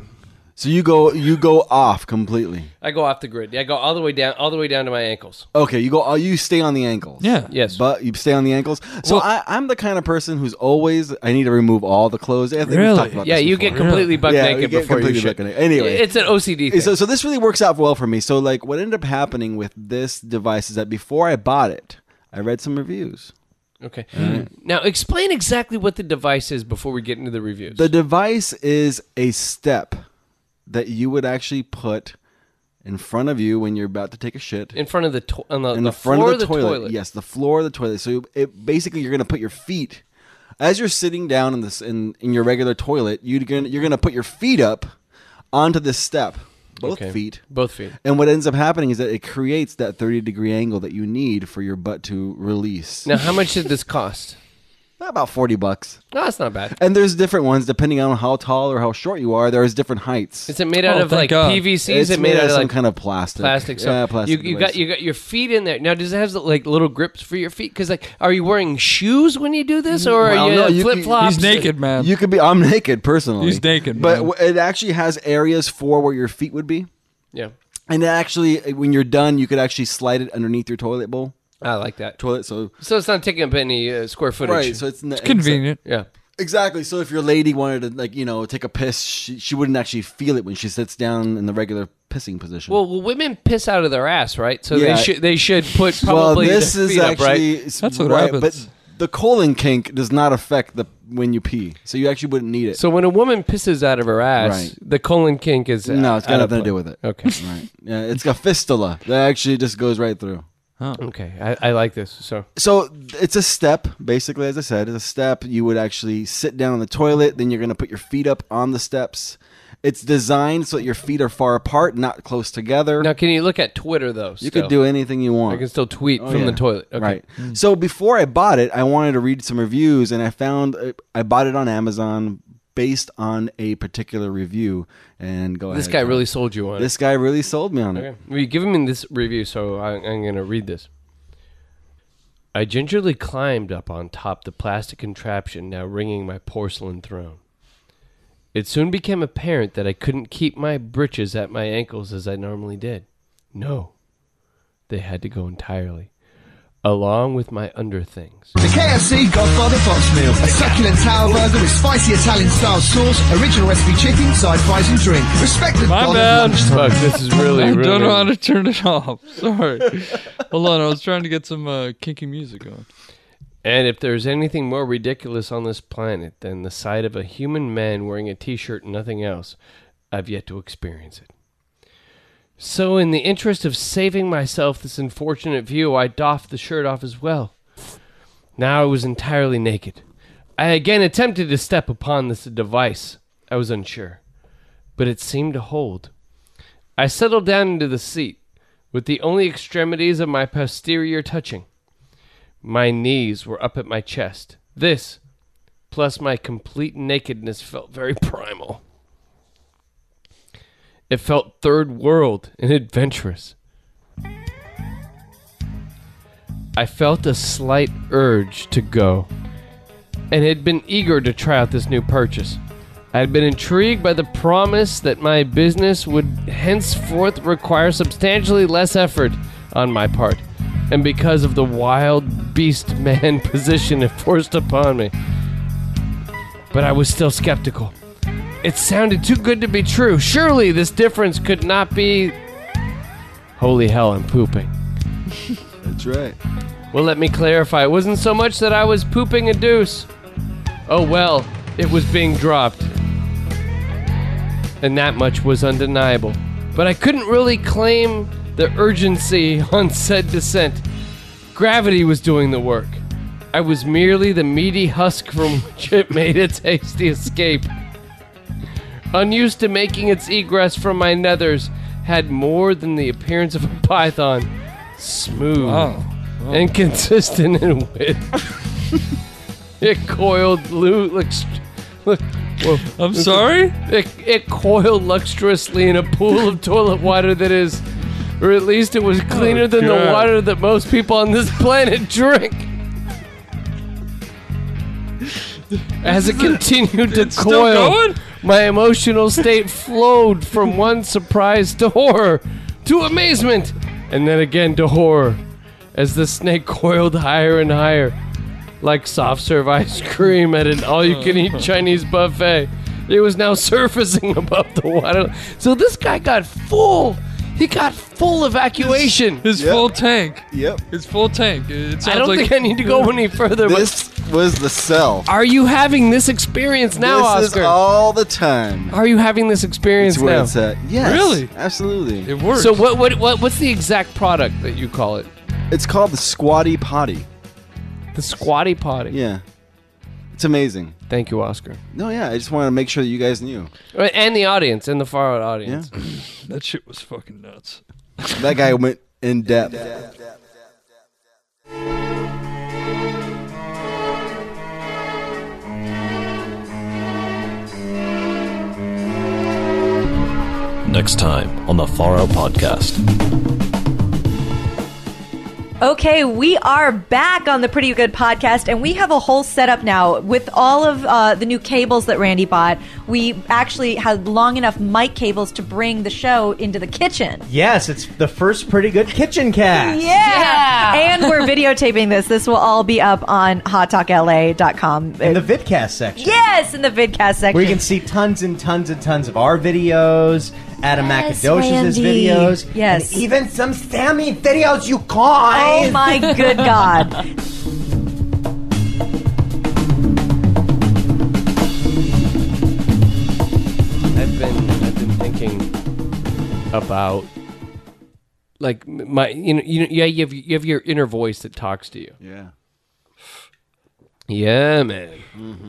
[SPEAKER 3] So you go you go off completely.
[SPEAKER 1] I go off the grid. I go all the way down, all the way down to my ankles.
[SPEAKER 3] Okay, you go. oh, You stay on the
[SPEAKER 2] [LAUGHS]
[SPEAKER 3] ankles.
[SPEAKER 2] Yeah.
[SPEAKER 1] Yes.
[SPEAKER 3] But you stay on the ankles. So
[SPEAKER 2] Well-
[SPEAKER 3] I, I'm the kind of person who's always I need to remove all the clothes. I think we've
[SPEAKER 2] Really?
[SPEAKER 3] talked about
[SPEAKER 1] yeah,
[SPEAKER 3] this
[SPEAKER 1] you
[SPEAKER 3] before.
[SPEAKER 1] get completely buck
[SPEAKER 3] Yeah, we
[SPEAKER 1] naked
[SPEAKER 3] get
[SPEAKER 1] before you
[SPEAKER 3] completely
[SPEAKER 1] shit.
[SPEAKER 3] buck naked. Anyway.
[SPEAKER 1] it's an OCD thing.
[SPEAKER 3] So, so this really works out well for me. So like what ended up happening with this device is that before I bought it, I read some reviews.
[SPEAKER 1] okay. Now explain exactly what the device is before we get into the reviews.
[SPEAKER 3] The device is a step that you would actually put in front of you when you're about to take a shit.
[SPEAKER 1] in front of the to- on the,
[SPEAKER 3] in
[SPEAKER 1] the
[SPEAKER 3] the, front
[SPEAKER 1] floor
[SPEAKER 3] of the, toilet. Yes, the floor of the toilet. So it, basically, you're gonna put your feet as you're sitting down in this in, in your regular toilet. You're gonna you're gonna put your feet up onto this step, both
[SPEAKER 1] Okay.
[SPEAKER 3] feet.
[SPEAKER 1] Both feet.
[SPEAKER 3] And what ends up happening is that it creates that 30 degree angle that you need for your butt to release.
[SPEAKER 1] Now, how much did this cost?
[SPEAKER 3] About 40 bucks.
[SPEAKER 1] No, that's not bad.
[SPEAKER 3] And there's different ones depending on how tall or how short you are. There's different heights.
[SPEAKER 1] Is it made out
[SPEAKER 2] Oh,
[SPEAKER 1] of
[SPEAKER 2] thank
[SPEAKER 1] like
[SPEAKER 2] God.
[SPEAKER 1] PVC? Is it made, out of
[SPEAKER 3] some
[SPEAKER 1] like
[SPEAKER 3] kind of plastic.
[SPEAKER 1] plastic? So
[SPEAKER 3] yeah, plastic.
[SPEAKER 1] You, you got
[SPEAKER 3] device.
[SPEAKER 1] you got your feet in there. Now, does it have like little grips for your feet? Because like, are you wearing shoes when you do this, or
[SPEAKER 3] Well,
[SPEAKER 1] are you
[SPEAKER 3] no, you-
[SPEAKER 1] flip flops?
[SPEAKER 2] He's naked, man.
[SPEAKER 3] Um, You could be. I'm naked personally.
[SPEAKER 2] He's naked,
[SPEAKER 3] but
[SPEAKER 2] man.
[SPEAKER 3] w- it actually has areas for where your feet would be,
[SPEAKER 1] Yeah,
[SPEAKER 3] and it actually, when you're done, you could actually slide it underneath your toilet bowl,
[SPEAKER 1] I like that.
[SPEAKER 3] toilet. So
[SPEAKER 1] So it's not taking up any uh, square footage.
[SPEAKER 3] right, so it's, n-
[SPEAKER 2] [LAUGHS] Convenient.
[SPEAKER 1] yeah.
[SPEAKER 3] Exactly. So if your lady wanted to, like you know, take a piss, she, she wouldn't actually feel it when she sits down in the regular pissing position.
[SPEAKER 1] Well, well, women piss out of their ass, right? So
[SPEAKER 3] Yeah.
[SPEAKER 1] they should they should put
[SPEAKER 3] [LAUGHS] Well,
[SPEAKER 1] probably
[SPEAKER 3] this
[SPEAKER 1] their
[SPEAKER 3] is
[SPEAKER 1] feet up,
[SPEAKER 3] actually
[SPEAKER 1] right?
[SPEAKER 3] it's
[SPEAKER 2] That's what
[SPEAKER 3] right,
[SPEAKER 2] happens.
[SPEAKER 3] But the colon kink does not affect the when you pee, so you actually wouldn't need it.
[SPEAKER 1] So when a woman pisses out of her ass,
[SPEAKER 3] Right.
[SPEAKER 1] the colon kink is uh,
[SPEAKER 3] no, it's got
[SPEAKER 1] out of
[SPEAKER 3] nothing
[SPEAKER 1] play.
[SPEAKER 3] to do with it.
[SPEAKER 1] Okay.
[SPEAKER 3] Right. Yeah, it's got fistula that actually just goes right through.
[SPEAKER 1] Okay, [LAUGHS] I, I like this. So
[SPEAKER 3] so it's a step basically as i said it's a step you would actually sit down on the toilet then you're going to put your feet up on the steps it's designed so that your feet are far apart not close together
[SPEAKER 1] now, can you look at Twitter though?
[SPEAKER 3] you could do anything you want
[SPEAKER 1] I can still tweet
[SPEAKER 3] Oh,
[SPEAKER 1] from the
[SPEAKER 3] yeah.
[SPEAKER 1] toilet. Okay. Mm.
[SPEAKER 3] Right. So before I bought it, I wanted to read some reviews, and I found uh, I bought it on Amazon based on a particular review. And go
[SPEAKER 1] This
[SPEAKER 3] ahead,
[SPEAKER 1] guy
[SPEAKER 3] Tom.
[SPEAKER 1] really sold you on
[SPEAKER 3] this guy really sold me on
[SPEAKER 1] it.
[SPEAKER 3] it.
[SPEAKER 1] Okay. Well, you give him this review, so I, I'm going to read this. I gingerly climbed up on top the plastic contraption now ringing my porcelain throne. It soon became apparent that I couldn't keep my breeches at my ankles as I normally did. No, they had to go entirely, along with my underthings.
[SPEAKER 2] [LAUGHS]
[SPEAKER 4] The KFC Godfather Fox meal. A succulent tower burger with spicy Italian style sauce, original recipe chicken, side fries and drink. Respect the
[SPEAKER 2] My
[SPEAKER 4] God
[SPEAKER 2] bad.
[SPEAKER 4] of lunchtime.
[SPEAKER 1] Fuck, this is really,
[SPEAKER 2] I
[SPEAKER 1] really.
[SPEAKER 2] don't know how to turn it off. [LAUGHS]
[SPEAKER 3] [LAUGHS]
[SPEAKER 2] Sorry. Hold on, I was trying to get some uh, kinky music going.
[SPEAKER 1] And if there's anything more ridiculous on this planet than the sight of a human man wearing a t shirt and nothing else, I've yet to experience it. So, in the interest of saving myself this unfortunate view, I doffed the shirt off as well. Now I was entirely naked. I again attempted to step upon this device. I was unsure, but it seemed to hold. I settled down into the seat, with the only extremities of my posterior touching. My knees were up at my chest. This, plus my complete nakedness, felt very primal. It felt third world and adventurous. I felt a slight urge to go and had been eager to try out this new purchase. I had been intrigued by the promise that my business would henceforth require substantially less effort on my part, and because of the wild beast [LAUGHS] man position it forced upon me. But I was still skeptical. It sounded too good to be true. Surely this difference could not be. Holy hell, I'm pooping.
[SPEAKER 3] That's right.
[SPEAKER 1] Well, let me clarify. It wasn't so much that I was pooping a deuce. Oh well, it was being dropped. And that much was undeniable. But I couldn't really claim the urgency [LAUGHS] on said descent. Gravity was doing the work. I was merely the meaty husk from [LAUGHS] which it made its hasty escape. Unused to making its egress from my nethers, had more than the appearance of a python. Smooth
[SPEAKER 3] Hmm.
[SPEAKER 2] Oh,
[SPEAKER 1] and consistent in wit. it coiled lu- lux- lu- whoa.
[SPEAKER 2] I'm sorry?
[SPEAKER 1] It, it coiled luxuriously in a pool of toilet water that is, or at least it was cleaner
[SPEAKER 2] Oh,
[SPEAKER 1] than the
[SPEAKER 2] God.
[SPEAKER 1] water that most people on this planet drink. As it continued to
[SPEAKER 2] still
[SPEAKER 1] coil,
[SPEAKER 2] going?
[SPEAKER 1] my emotional state flowed from one surprise to horror, to amazement, and then again to horror, as the snake coiled higher and higher, like soft serve ice cream at an
[SPEAKER 3] [LAUGHS]
[SPEAKER 1] all-you-can-eat Chinese buffet. It was now [LAUGHS] surfacing above the water. So this guy got full. He got full evacuation.
[SPEAKER 2] His
[SPEAKER 3] Yep.
[SPEAKER 2] full tank.
[SPEAKER 3] Yep.
[SPEAKER 2] His full tank. It sounds
[SPEAKER 1] I don't
[SPEAKER 2] like
[SPEAKER 1] think I need to go any further. But
[SPEAKER 3] This was the cell.
[SPEAKER 1] are you having this experience Ah, now,
[SPEAKER 3] this
[SPEAKER 1] Oscar?
[SPEAKER 3] is all the time.
[SPEAKER 1] Are you having this experience
[SPEAKER 3] It's where
[SPEAKER 1] now?
[SPEAKER 3] it's at. Yes.
[SPEAKER 2] Really?
[SPEAKER 3] Absolutely.
[SPEAKER 2] [LAUGHS] it works.
[SPEAKER 1] So what, what what what's the exact product that you call it?
[SPEAKER 3] It's called the squatty potty.
[SPEAKER 1] The squatty potty.
[SPEAKER 3] Yeah. It's amazing.
[SPEAKER 1] Thank you, Oscar,
[SPEAKER 3] No, yeah. I just wanted to make sure that you guys knew.
[SPEAKER 1] Uh, and the audience, and the far out
[SPEAKER 3] Yeah.
[SPEAKER 1] audience.
[SPEAKER 2] that shit was fucking nuts.
[SPEAKER 3] that guy went in depth.
[SPEAKER 5] Next time on the Far Out Podcast.
[SPEAKER 6] Okay, we are back on the Pretty Good podcast, and we have a whole setup now with all of uh, the new cables that Randy bought. We actually had long enough mic cables to bring the show into the kitchen.
[SPEAKER 7] Yes, it's the first pretty good kitchen cast.
[SPEAKER 6] Yeah. And we're videotaping this. This will all be up on hottalkla.com.
[SPEAKER 7] In the vidcast section.
[SPEAKER 6] yes, in the vidcast section.
[SPEAKER 7] Where you can see tons and tons and tons of our videos, Adam
[SPEAKER 6] Yes,
[SPEAKER 7] Makadosh's
[SPEAKER 6] Randy.
[SPEAKER 7] videos,
[SPEAKER 6] Yes.
[SPEAKER 7] and even some Sammy videos you guys.
[SPEAKER 6] Oh my good God.
[SPEAKER 7] [LAUGHS]
[SPEAKER 1] I've been I've been thinking about like m- my you know you know yeah you have you have your inner voice that talks to you.
[SPEAKER 3] Yeah.
[SPEAKER 1] Yeah, man,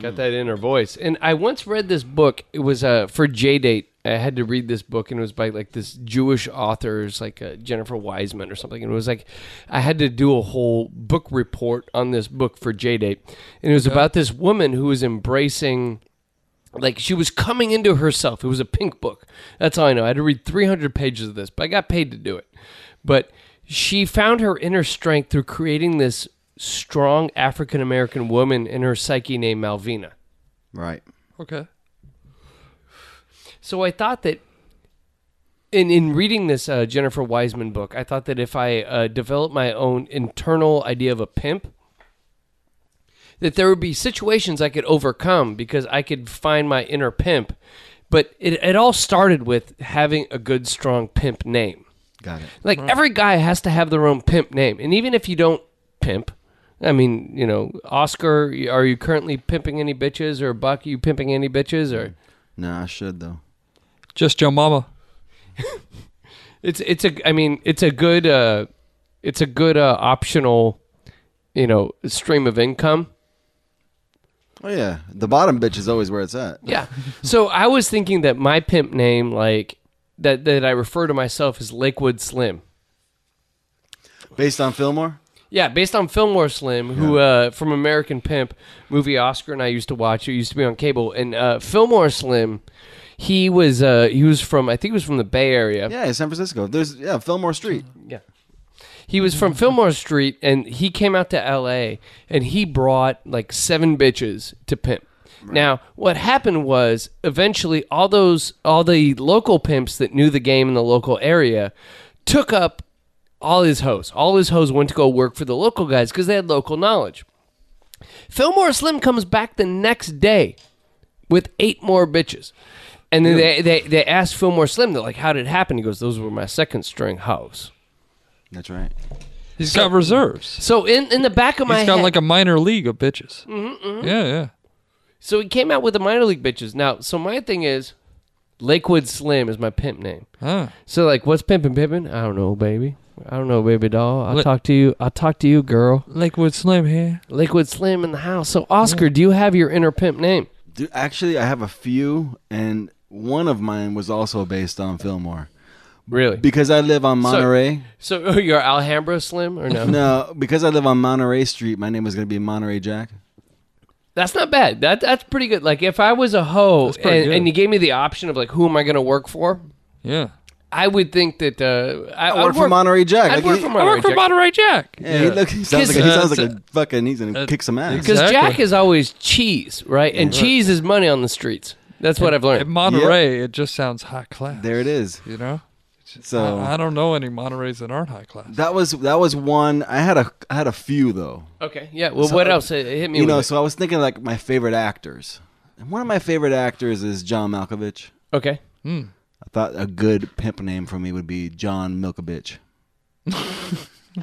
[SPEAKER 1] got that inner voice. And I once read this book. It was uh, for J Date. I had to read this book, and it was by like this Jewish authors, like uh, Jennifer Wiseman or something. And it was like I had to do a whole book report on this book for J Date, and it was about this woman who was embracing like she was coming into herself. It was a pink book. That's all I know. I had to read 300 pages of this, but I got paid to do it. But she found her inner strength through creating this strong African American woman in her psyche named Malvina.
[SPEAKER 3] Right.
[SPEAKER 2] Okay.
[SPEAKER 1] So I thought that in in reading this uh, Jennifer Wiseman book, I thought that if I uh, developed my own internal idea of a pimp, that there would be situations I could overcome because I could find my inner pimp. But it, it all started with having a good, strong pimp name.
[SPEAKER 3] Got it.
[SPEAKER 1] Like every guy has to have their own pimp name, and even if you don't pimp, I mean, you know, Oscar, are you currently pimping any bitches, or Buck, you pimping any bitches, or?
[SPEAKER 3] No, I should though.
[SPEAKER 2] Just your mama.
[SPEAKER 1] It's it's a I mean it's a good uh, it's a good uh, optional you know stream of income.
[SPEAKER 3] Oh yeah. The bottom bitch is always where it's at.
[SPEAKER 1] Yeah. [LAUGHS] so I was thinking that my pimp name like that that I refer to myself as Lakewood Slim.
[SPEAKER 3] Based on Fillmore.
[SPEAKER 1] Yeah, based on Fillmore Slim, who uh, from American Pimp movie, Oscar and I used to watch. It used to be on cable, and uh, Fillmore Slim, he was uh, he was from I think he was from the Bay Area.
[SPEAKER 3] Yeah, San Francisco. There's yeah Fillmore Street.
[SPEAKER 1] Yeah. He was from Fillmore Street and he came out to LA and he brought like seven bitches to pimp. Now, what happened was eventually all those all the local pimps that knew the game in the local area took up all his hoes. All his hoes went to go work for the local guys because they had local knowledge. Fillmore Slim comes back the next day with eight more bitches. And then they, they, they asked Fillmore Slim, they're like, how did it happen? He goes, those were my second string hoes.
[SPEAKER 3] That's right.
[SPEAKER 2] He's got reserves.
[SPEAKER 1] So in in the back of my
[SPEAKER 2] He's got
[SPEAKER 1] head,
[SPEAKER 2] like a minor league of bitches. Mm-hmm, Yeah, yeah.
[SPEAKER 1] so he came out with the minor league bitches. Now, so my thing is, Lakewood Slim is my pimp name.
[SPEAKER 2] Huh.
[SPEAKER 1] So like, what's pimping pimping? I don't know, baby. I don't know, baby doll. I'll
[SPEAKER 2] Let-
[SPEAKER 1] talk to you. I'll talk to you, girl.
[SPEAKER 2] Lakewood Slim here.
[SPEAKER 1] Lakewood Slim in the house. So Oscar, do you have your inner pimp name?
[SPEAKER 3] Dude, actually, I have a few, and one of mine was also based on Fillmore.
[SPEAKER 1] Really?
[SPEAKER 3] because I live on Monterey.
[SPEAKER 1] So, [LAUGHS] so you're Alhambra Slim or no?
[SPEAKER 3] no, because I live on Monterey Street, my name was going to be Monterey Jack.
[SPEAKER 1] That's not bad. That that's pretty good. Like if I was a hoe
[SPEAKER 2] pretty
[SPEAKER 1] and,
[SPEAKER 2] good.
[SPEAKER 1] and you gave me the option of like who am I going to work for,
[SPEAKER 2] Yeah.
[SPEAKER 1] I would think that uh, I,
[SPEAKER 3] I work for Monterey Jack.
[SPEAKER 1] I'd
[SPEAKER 3] Like,
[SPEAKER 1] work
[SPEAKER 3] he-
[SPEAKER 1] for
[SPEAKER 2] I work for
[SPEAKER 1] Monterey
[SPEAKER 2] Monterey Jack.
[SPEAKER 3] Yeah, he, look, he sounds like a, he
[SPEAKER 2] Because, uh,
[SPEAKER 3] sounds like a fucking. He's gonna
[SPEAKER 2] uh,
[SPEAKER 3] kick some ass.
[SPEAKER 1] because
[SPEAKER 2] Exactly.
[SPEAKER 1] Jack is always cheese, right? And cheese is money on the streets. That's what I've
[SPEAKER 2] At
[SPEAKER 1] learned.
[SPEAKER 2] Monterey, it just sounds high class.
[SPEAKER 3] There it is.
[SPEAKER 2] You know?
[SPEAKER 3] So
[SPEAKER 2] I, I don't know any Montereys that aren't high class.
[SPEAKER 3] that was that was one. I had a I had a few though.
[SPEAKER 1] Okay, yeah. Well, what else? Uh, Hit me.
[SPEAKER 3] You
[SPEAKER 1] with
[SPEAKER 3] know,
[SPEAKER 1] it.
[SPEAKER 3] so I was thinking like my favorite actors, and one of my favorite actors is John Malkovich.
[SPEAKER 1] okay.
[SPEAKER 3] I thought a good pimp name for me would be John Milkovich.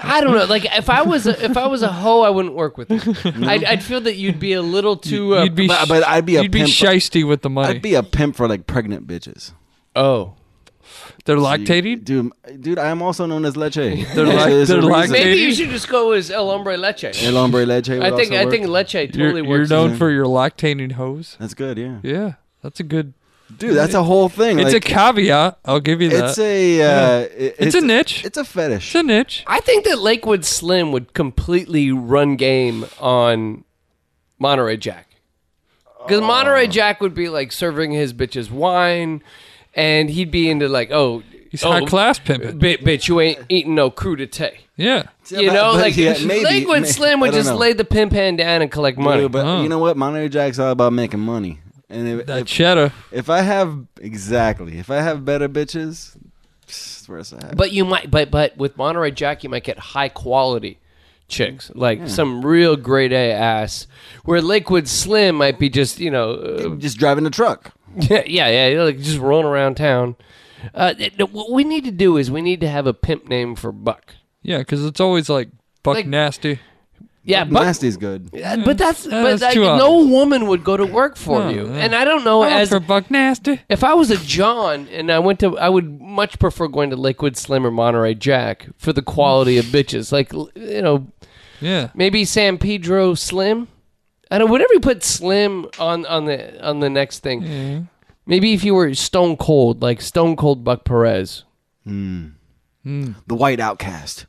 [SPEAKER 1] I don't know. Like if I was a, if I was a hoe, I wouldn't work with it. I'd, I'd feel that you'd be a little too. Uh,
[SPEAKER 2] You'd be,
[SPEAKER 3] But, but I'd be a
[SPEAKER 2] you'd be
[SPEAKER 3] pimp.
[SPEAKER 2] shisty with the money.
[SPEAKER 3] I'd be a pimp for like pregnant bitches.
[SPEAKER 1] oh,
[SPEAKER 2] They're
[SPEAKER 3] You-
[SPEAKER 2] lactating.
[SPEAKER 3] dude. Dude, I am also known as leche. They're
[SPEAKER 2] like- they're like-
[SPEAKER 1] maybe you
[SPEAKER 2] Maybe.
[SPEAKER 1] should just go as El Hombre Leche.
[SPEAKER 3] El hombre leche. would
[SPEAKER 1] I think
[SPEAKER 3] also
[SPEAKER 1] I
[SPEAKER 3] work.
[SPEAKER 1] think Leche
[SPEAKER 2] You're,
[SPEAKER 1] totally
[SPEAKER 2] you're
[SPEAKER 1] works.
[SPEAKER 2] known for your lactating hose.
[SPEAKER 3] that's good. Yeah,
[SPEAKER 2] Yeah. That's a good.
[SPEAKER 3] dude, that's a whole thing.
[SPEAKER 2] It's a
[SPEAKER 3] like,
[SPEAKER 2] caveat. I'll give you that.
[SPEAKER 3] it's a uh, it-
[SPEAKER 2] It's a niche.
[SPEAKER 3] It's a fetish.
[SPEAKER 2] It's a niche.
[SPEAKER 1] I think that Lakewood Slim would completely run game on Monterey Jack. Because
[SPEAKER 3] Oh.
[SPEAKER 1] Monterey Jack would be like serving his bitches wine, and he'd be into like, oh,
[SPEAKER 2] He's
[SPEAKER 1] oh,
[SPEAKER 2] high class pimping.
[SPEAKER 1] bi- bitch, you ain't eating no crudite.
[SPEAKER 2] yeah.
[SPEAKER 1] You know, [LAUGHS]
[SPEAKER 3] but-
[SPEAKER 1] like
[SPEAKER 3] yeah, maybe-
[SPEAKER 1] Lakewood
[SPEAKER 3] may-
[SPEAKER 1] Slim
[SPEAKER 3] I
[SPEAKER 1] would
[SPEAKER 3] don't
[SPEAKER 1] just
[SPEAKER 3] know.
[SPEAKER 1] lay the pimp hand down and collect money.
[SPEAKER 3] Dude, but
[SPEAKER 2] Huh.
[SPEAKER 3] you know what? Monterey Jack's all about making money. And if,
[SPEAKER 2] That
[SPEAKER 3] if,
[SPEAKER 2] cheddar.
[SPEAKER 3] if I have exactly, if I have better bitches, pfft, where's that?
[SPEAKER 1] But you might, but but with Monterey Jack, you might get high quality chicks, like
[SPEAKER 3] Hmm.
[SPEAKER 1] some real grade A ass. Where Lakewood Slim might be just you know, uh,
[SPEAKER 3] Just driving a truck.
[SPEAKER 1] yeah, yeah, yeah, like just rolling around town. Uh, th- th- what we need to do is we need to have a pimp name for Buck.
[SPEAKER 2] Yeah, because it's always like buck
[SPEAKER 1] Like-
[SPEAKER 2] nasty.
[SPEAKER 1] Yeah, Buck.
[SPEAKER 3] Nasty's good.
[SPEAKER 1] uh, But that's
[SPEAKER 2] Yeah,
[SPEAKER 1] but
[SPEAKER 2] that's
[SPEAKER 1] like,
[SPEAKER 2] too
[SPEAKER 1] no woman would go to work for
[SPEAKER 2] No,
[SPEAKER 1] you,
[SPEAKER 2] no.
[SPEAKER 1] and I don't know
[SPEAKER 2] Oh,
[SPEAKER 1] as
[SPEAKER 2] for buck nasty.
[SPEAKER 1] if I was a John and I went to, I would much prefer going to Lakewood Slim or Monterey Jack for the quality of bitches. Like l- you know,
[SPEAKER 2] Yeah.
[SPEAKER 1] maybe San Pedro Slim. I don't. Whenever you put Slim on on the on the next thing, maybe if you were Stone Cold, like Stone Cold Buck Perez.
[SPEAKER 3] The
[SPEAKER 2] [LAUGHS]
[SPEAKER 3] White Outcast.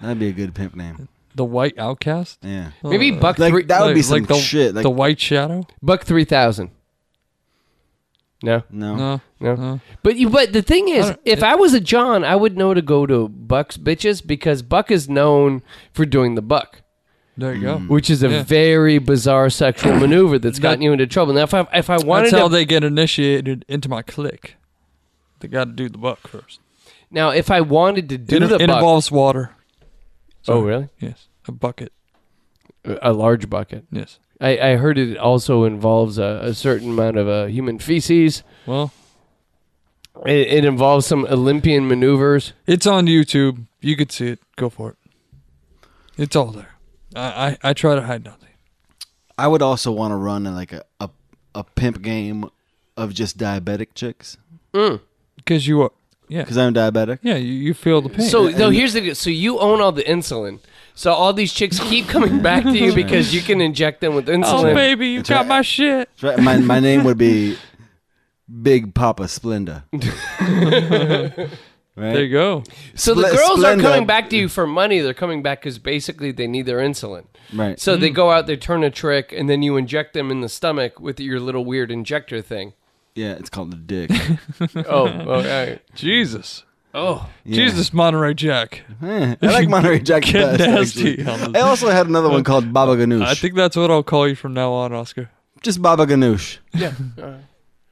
[SPEAKER 3] That'd be a good pimp name.
[SPEAKER 2] The white outcast.
[SPEAKER 3] Yeah.
[SPEAKER 1] Maybe Buck
[SPEAKER 3] Uh, Like
[SPEAKER 1] three,
[SPEAKER 3] that would be
[SPEAKER 2] like-
[SPEAKER 3] some
[SPEAKER 2] like the-
[SPEAKER 3] shit. Like
[SPEAKER 2] the white shadow.
[SPEAKER 1] Buck three thousand. No,
[SPEAKER 3] no.
[SPEAKER 2] No.
[SPEAKER 1] no. But you. But the thing is,
[SPEAKER 2] don't-
[SPEAKER 1] if I was a John, I would know to go to Buck's bitches because Buck is known for doing the buck.
[SPEAKER 2] There you
[SPEAKER 3] Mm.
[SPEAKER 2] go.
[SPEAKER 1] Which is a
[SPEAKER 2] Yeah.
[SPEAKER 1] very bizarre sexual
[SPEAKER 2] [COUGHS]
[SPEAKER 1] maneuver that's gotten you into trouble. Now, if I if I wanted
[SPEAKER 2] That's how
[SPEAKER 1] to
[SPEAKER 2] they get initiated into my clique. They got to do the buck first.
[SPEAKER 1] now if I wanted to do
[SPEAKER 2] it
[SPEAKER 1] the
[SPEAKER 2] it
[SPEAKER 1] buck,
[SPEAKER 2] involves water.
[SPEAKER 1] oh really?
[SPEAKER 2] Yes, a bucket.
[SPEAKER 1] A large bucket.
[SPEAKER 2] Yes.
[SPEAKER 1] I, I heard it also involves a, a certain amount of uh, human feces.
[SPEAKER 2] Well,
[SPEAKER 1] It, it involves some Olympian maneuvers.
[SPEAKER 2] it's on YouTube. You could see it. Go for it. It's all there. I I, I try to hide nothing.
[SPEAKER 3] I would also want to run like a, a a pimp game of just diabetic chicks
[SPEAKER 2] Because you are. Yeah.
[SPEAKER 3] because I'm
[SPEAKER 2] [LAUGHS]
[SPEAKER 3] diabetic.
[SPEAKER 2] Yeah. You, you feel the pain.
[SPEAKER 1] So
[SPEAKER 2] So
[SPEAKER 1] no, here's the good- so you own all the insulin. So all these chicks keep coming back to
[SPEAKER 3] [LAUGHS]
[SPEAKER 1] you because you can inject them with
[SPEAKER 2] oh
[SPEAKER 1] insulin.
[SPEAKER 2] baby, you got my shit.
[SPEAKER 3] That's right. My my name would be Big Papa
[SPEAKER 2] [LAUGHS]
[SPEAKER 3] Splenda. right?
[SPEAKER 2] There you go.
[SPEAKER 1] so the
[SPEAKER 3] Spl-
[SPEAKER 1] girls are
[SPEAKER 3] Splenda.
[SPEAKER 1] coming back to you for money. They're coming back because basically they need their insulin.
[SPEAKER 3] Right.
[SPEAKER 1] So they go out, they turn a trick, and then you inject them in the stomach with your little weird injector thing.
[SPEAKER 3] yeah, it's called
[SPEAKER 2] [LAUGHS]
[SPEAKER 3] the dick. [LAUGHS]
[SPEAKER 1] Oh, oh, all right.
[SPEAKER 2] Jesus.
[SPEAKER 1] oh.
[SPEAKER 2] Jesus, Monterey Jack.
[SPEAKER 3] Eh, I like Monterey Jack
[SPEAKER 2] Get
[SPEAKER 3] best.
[SPEAKER 2] nasty. [LAUGHS]
[SPEAKER 3] actually. I also had another one called Baba Ganoush.
[SPEAKER 2] I think that's what I'll call you from now on, Oscar.
[SPEAKER 3] just Baba Ganoush.
[SPEAKER 1] Yeah.